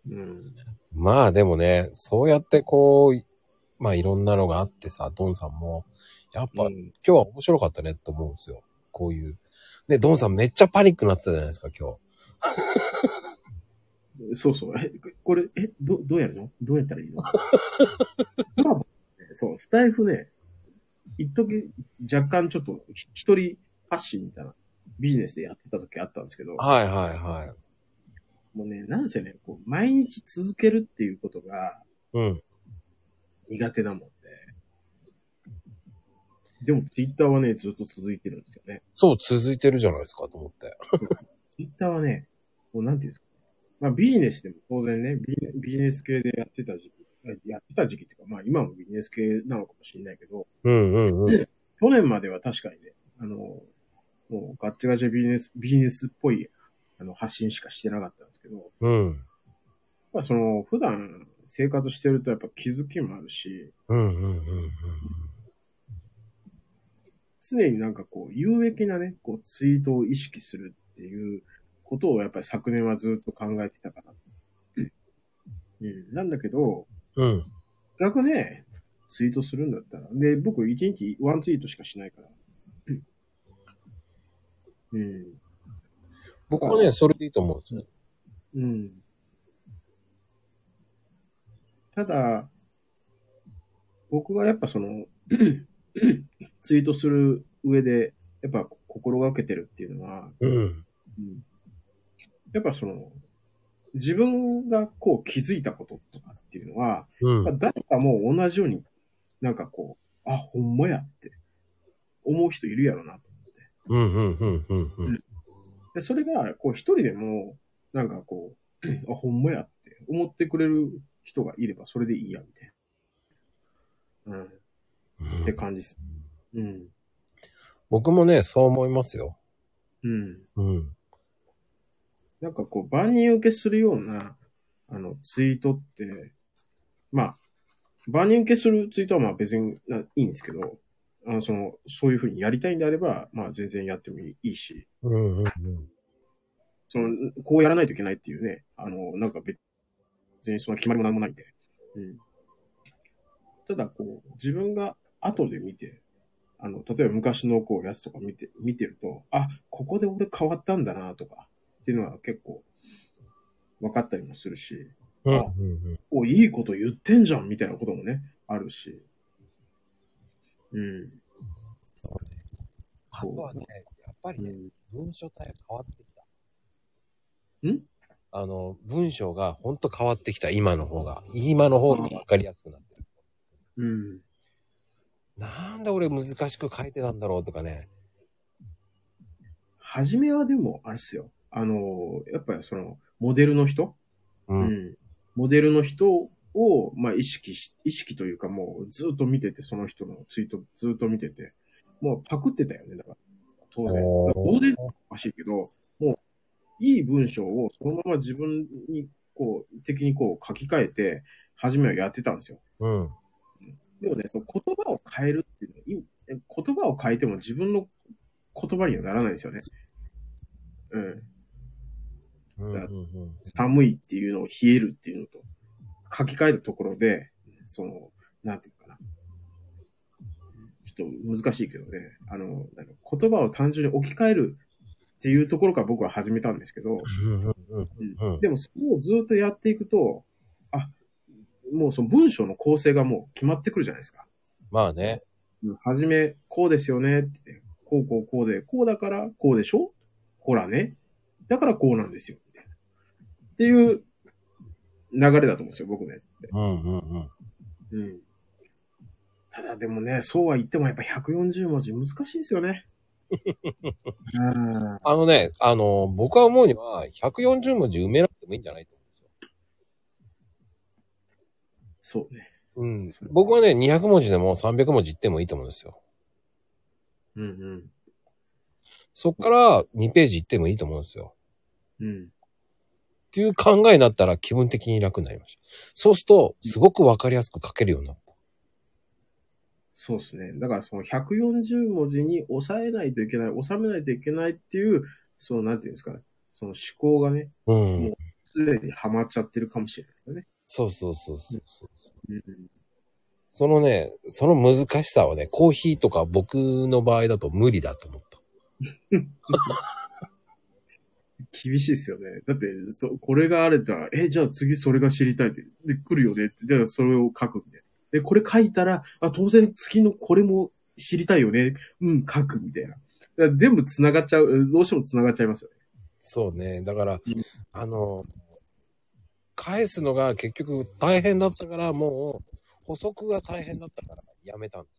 [SPEAKER 2] うん。
[SPEAKER 1] まあでもね、そうやってこう、まあいろんなのがあってさ、ドンさんも、やっぱ
[SPEAKER 2] う
[SPEAKER 1] 今
[SPEAKER 2] ん、
[SPEAKER 1] 日は面白かったねって思うんですよ。こういう。ね、ドンさんめっちゃパニックになってたじゃないですか、今日。
[SPEAKER 2] そうそう。え、これ、え、ど、どうやるのどうやったらいいのコラボねそう、スタイフね、一時若干ちょっと、ひ一人発信みたいなビジネスでやってた時あったんですけど、
[SPEAKER 1] はいはいはい。
[SPEAKER 2] もうね、なんせね、こう、毎日続けるっていうことが、
[SPEAKER 1] うん。
[SPEAKER 2] 苦手なもんで。でも、ツイッターはね、ずっと続いてるんですよね。
[SPEAKER 1] そう、続いてるじゃないですか、と思って。
[SPEAKER 2] ツイッターはね、こう、なんていうんですか。まあ、ビジネスでも当然ね、ビジネビジネス系でやってた時期、あやってた時期っていうか、まあ、今もビジネス系なのかもしれないけど、
[SPEAKER 1] うんうんうん。
[SPEAKER 2] 去年までは確かにね、あの、もう、ガッチャガチャビジネス、ビジネスっぽい、あの、発信しかしてなかったんですけど、
[SPEAKER 1] うん。
[SPEAKER 2] まあ、その、普段生活してるとやっぱ気づきもあるし、
[SPEAKER 1] うんうんうんうん。
[SPEAKER 2] 常になんかこう、有益なね、こう、ツイートを意識するっていうことをやっぱり昨年はずっと考えてたから。うん。なんだけど、
[SPEAKER 1] うん。
[SPEAKER 2] 逆ね、ツイートするんだったら。で、僕一日ワンツイートしかしないから。うん。
[SPEAKER 1] 僕はね、それでいいと思うんですよ。
[SPEAKER 2] うん。ただ、僕がやっぱその、ツイートする上で、やっぱ心がけてるっていうのは、
[SPEAKER 1] うん。
[SPEAKER 2] うんやっぱその、自分がこう気づいたこととかっていうのは、
[SPEAKER 1] うん。
[SPEAKER 2] やっぱ誰かもう同じように、なんかこう、あ、ほんまやって思う人いるやろなと思って。
[SPEAKER 1] うんうんうんうんうん。
[SPEAKER 2] で、それが、こう一人でも、なんかこう、 あ、ほんまやって思ってくれる人がいればそれでいいや、みたいな。うん。って感じです。うん。
[SPEAKER 1] 僕もね、そう思いますよ。
[SPEAKER 2] うん。
[SPEAKER 1] うん。
[SPEAKER 2] なんかこう、万人受けするような、あの、ツイートって、まあ、万人受けするツイートはまあ別にないいんですけど、あの、その、そういうふうにやりたいんであれば、まあ全然やってもいいいいし、
[SPEAKER 1] うんうんうん。
[SPEAKER 2] その、こうやらないといけないっていうね、あの、なんか別にその決まりもなんもないんで。うん。ただこう、自分が後で見て、あ、あの、例えば昔のこうやつとか見て、見てると、あ、ここで俺変わったんだなとか、っていうのは結構分かったりもするし、
[SPEAKER 1] うん。う
[SPEAKER 2] あ
[SPEAKER 1] んうん
[SPEAKER 2] お、いいこと言ってんじゃんみたいなこともね、あるし。うん。
[SPEAKER 1] あとはね、やっぱり
[SPEAKER 2] う
[SPEAKER 1] ね、
[SPEAKER 2] ん、
[SPEAKER 1] 文書体が変わってきた。
[SPEAKER 2] ん
[SPEAKER 1] あの、文章がほんと変わってきた、今の方が。今の方がわかりやすくなってる。
[SPEAKER 2] うん。
[SPEAKER 1] なんで俺難しく書いてたんだろうとかね。
[SPEAKER 2] 初めはでも、あれっすよ。あの、やっぱりその、モデルの人、
[SPEAKER 1] う。
[SPEAKER 2] うんん、モデルの人を、まあ、意識し、意識というかもうずっと見てて、その人のツイートずっと見てて、もうパクってたよね、だから。当然。
[SPEAKER 1] おー
[SPEAKER 2] モデルおかしいけど、もう、いい文章をそのまま自分に、こう、的にこう書き換えて、初めはやってたんですよ。
[SPEAKER 1] うん。
[SPEAKER 2] でもね、その言葉を変えるっていうのは、い言葉を変えても自分の言葉にはならないんですよね。うん。
[SPEAKER 1] うん。うん。
[SPEAKER 2] 寒いっていうのを冷えるっていうのと、書き換えたところで、その、なんていうかな。ちょっと難しいけどね。あの、なんか言葉を単純に置き換えるっていうところから僕は始めたんですけど、
[SPEAKER 1] うん。うんうん。うん。
[SPEAKER 2] でもそこをずっとやっていくと、あ、もうその文章の構成がもう決まってくるじゃないですか。
[SPEAKER 1] まあね。
[SPEAKER 2] はじめ、こうですよねって、こうこうこうで、こうだからこうでしょほらね。だからこうなんですよ。みたいなっていう流れだと思うんですよ、僕のやつって。
[SPEAKER 1] うんうんうん。
[SPEAKER 2] うん。ただでもね、そうは言ってもやっぱ140文字難しいですよ ね。ああ、
[SPEAKER 1] あのね、あの、僕は思うには、140文字埋めなくてもいいんじゃないと思うんですよ。
[SPEAKER 2] そうね。
[SPEAKER 1] うん。僕はね、200文字でも300文字いってもいいと思うんですよ。
[SPEAKER 2] うん
[SPEAKER 1] そっから2ページいってもいいと思うんですよ。
[SPEAKER 2] うん。うん。
[SPEAKER 1] っていう考えになったら気分的に楽になりました。そうすると、すごくわかりやすく書けるようになった。
[SPEAKER 2] そうですね。だからその140文字に抑えないといけない、収めないといけないっていう、そのなんていうんですかね。その思考がね、
[SPEAKER 1] うん。
[SPEAKER 2] すでにハマっちゃってるかもしれないですよね。
[SPEAKER 1] そうそうそうそう。
[SPEAKER 2] うん
[SPEAKER 1] そのね、その難しさはね、コーヒーとか僕の場合だと無理だと思った。
[SPEAKER 2] 厳しいですよね。だって、そ、これがあれだら、え、じゃあ次それが知りたいって、で、来るよねって、じゃあそれを書くみたいな。で、これ書いたら、あ、当然次のこれも知りたいよね。うん、書くみたいな。だから全部繋がっちゃう、どうしても繋がっちゃいますよね。
[SPEAKER 1] そうね。だから、あの、返すのが結局大変だったから、もう補足が大変だったからやめたんで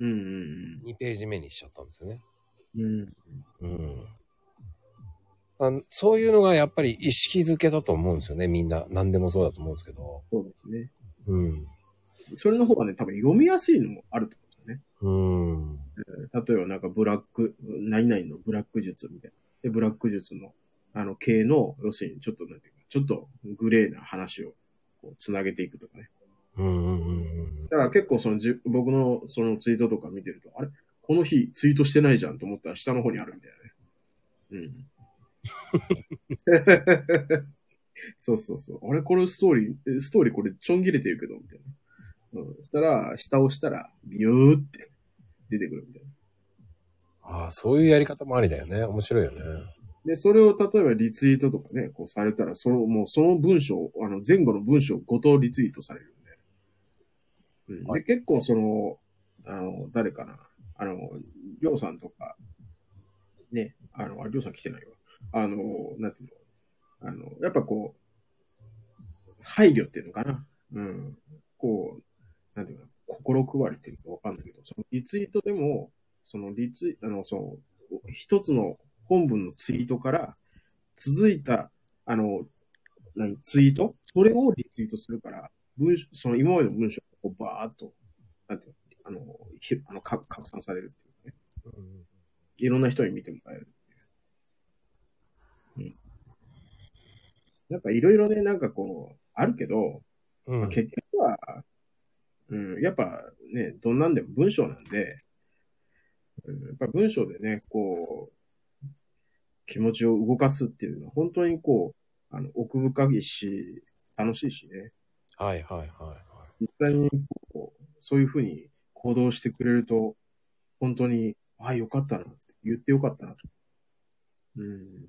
[SPEAKER 2] うん
[SPEAKER 1] す。2ページ目にしちゃったんですよね。
[SPEAKER 2] うんうん。うん。
[SPEAKER 1] うん。あそういうのがやっぱり意識づけだと思うんですよね。みんな。何でもそうだと思うんですけど。
[SPEAKER 2] そうですね。
[SPEAKER 1] うん。
[SPEAKER 2] それの方がね、多分読みやすいのもあると思うんですよね。
[SPEAKER 1] うん。
[SPEAKER 2] 例えばなんかブラック、何々のブラック術みたいな。で、ブラック術の、あの、系の、要するにちょっとなんていうか、ちょっとグレーな話を、こう、繋げていくとかね。
[SPEAKER 1] うんうんうんうん。
[SPEAKER 2] だから結構そのじゅ、僕のそのツイートとか見てると、あれこの日ツイートしてないじゃんと思ったら下の方にあるみたいなね。うん。そうそうそう。あれこれストーリー、えストーリーこれちょん切れてるけど、みたいな。うん。そしたら、下を押したら、ビューって出てくるみたいな。
[SPEAKER 1] ああ、そういうやり方もありだよね。面白いよね。
[SPEAKER 2] で、それを例えばリツイートとかね、こうされたら、その、もうその文章を、あの、前後の文章をごとリツイートされるんで。うん、
[SPEAKER 1] は
[SPEAKER 2] で、結構その、あの、誰かな。あの、りょうさんとか、ね、あの、ありょうさん来てないわ。あの、なんていうの、あの、やっぱこう、配慮っていうのかな。うん。こう、なんていうの、心配りっていうのかわかんないけど、そのリツイートでも、そのリツイ、あの、その、一つの本文のツイートから、続いた、あの、何、ツイートそれをリツイートするから、文章、その今までの文章をこうバーっと、なんていうの、あの、ひあの拡拡散されるっていうね。いろんな人に見てもらえるっていう。うん。やっぱいろいろね、なんかこう、あるけど、
[SPEAKER 1] うん。
[SPEAKER 2] まあ、結局は、うん、やっぱね、どんなんでも文章なんで、うん、やっぱ文章でね、こう、気持ちを動かすっていうのは本当にこう、あの、奥深いし、楽しいしね。
[SPEAKER 1] はいはいはいはい。
[SPEAKER 2] 実際にこう、そういうふうに行動してくれると、本当に、ああ、よかったなって、言ってよかったなって。うん。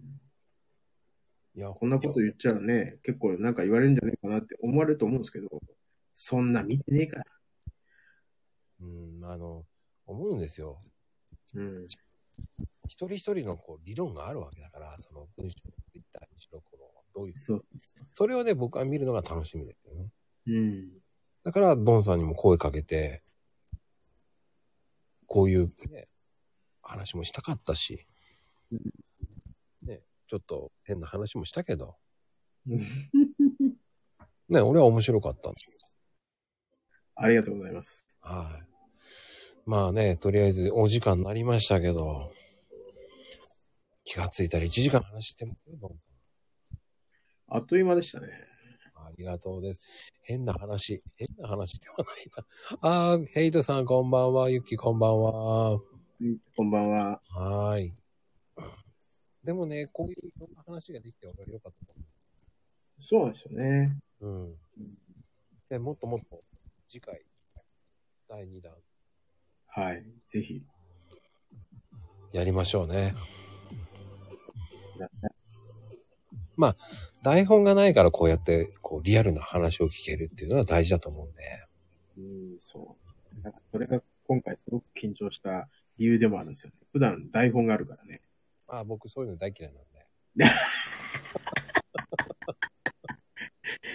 [SPEAKER 1] いや、
[SPEAKER 2] こんなこと言っちゃうね、結構なんか言われるんじゃないかなって思われると思うんですけど、そんな見てねえから。
[SPEAKER 1] うん、あの、思うんですよ。
[SPEAKER 2] うん。
[SPEAKER 1] 一人一人のこう理論があるわけだから、その文章、ツイッターにしろ、この、どういう。
[SPEAKER 2] そうそうそ
[SPEAKER 1] それをね、僕は見るのが楽しみですよね。
[SPEAKER 2] う。うん。
[SPEAKER 1] だから、ドンさんにも声かけて、こういうね、話もしたかったし、ね、ちょっと変な話もしたけど、
[SPEAKER 2] うん
[SPEAKER 1] ね、俺は面白かったんで。
[SPEAKER 2] ありがとうございます。
[SPEAKER 1] はい。まあね、とりあえずお時間になりましたけど、気がついたら1時間話してますよ、ドンさん。
[SPEAKER 2] あっという間でしたね。
[SPEAKER 1] ありがとうです。変な話。変な話ではないな。あー、ヘイトさんこんばんは。ユッキーこんばんは。
[SPEAKER 2] こんばんは。
[SPEAKER 1] はーい。でもね、こういういろんな話ができて俺は良かったと
[SPEAKER 2] そうなんですよね。
[SPEAKER 1] 思う。うん。で、もっともっと、次回、第2弾、
[SPEAKER 2] はい。ぜひ。
[SPEAKER 1] やりましょうね。
[SPEAKER 2] や
[SPEAKER 1] 台本がないからこうやって、こう、リアルな話を聞けるっていうのは大事だと思うんで。
[SPEAKER 2] うん、そう。なんかそれが今回すごく緊張した理由でもあるんですよね。普段台本があるからね。
[SPEAKER 1] あー、僕そういうの大嫌いなんで。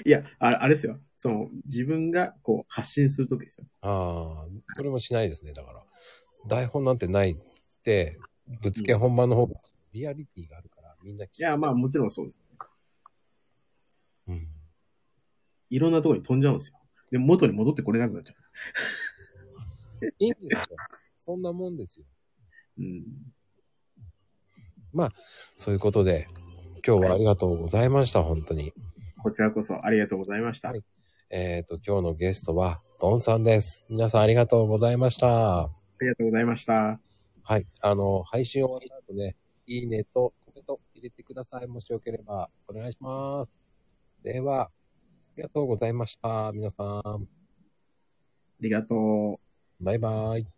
[SPEAKER 2] いや、ああれですよ。その、自分がこう発信するときですよ。
[SPEAKER 1] ああ、これもしないですね。だから、台本なんてないって、ぶっつけ本番の方がリアリティがあるから、みんな聞
[SPEAKER 2] いや、まあもちろんそうです。
[SPEAKER 1] うん。
[SPEAKER 2] いろんなところに飛んじゃうんですよ。で、元に戻ってこれなくなっちゃ
[SPEAKER 1] いいんですよ。そんなもんですよ。
[SPEAKER 2] う。うん。
[SPEAKER 1] そういうことで、今日はありがとうございました、本当に。
[SPEAKER 2] こちらこそありがとうございました。
[SPEAKER 1] はいえっ、と、今日のゲストは、ドンさんです。皆さんありがとうございました。
[SPEAKER 2] ありがとうございました。
[SPEAKER 1] はい。あの、配信終わった後ね、いいねとコメント入れてください。もしよければ、お願いします。では、ありがとうございました。皆さん、
[SPEAKER 2] ありがとう。
[SPEAKER 1] バイバイ。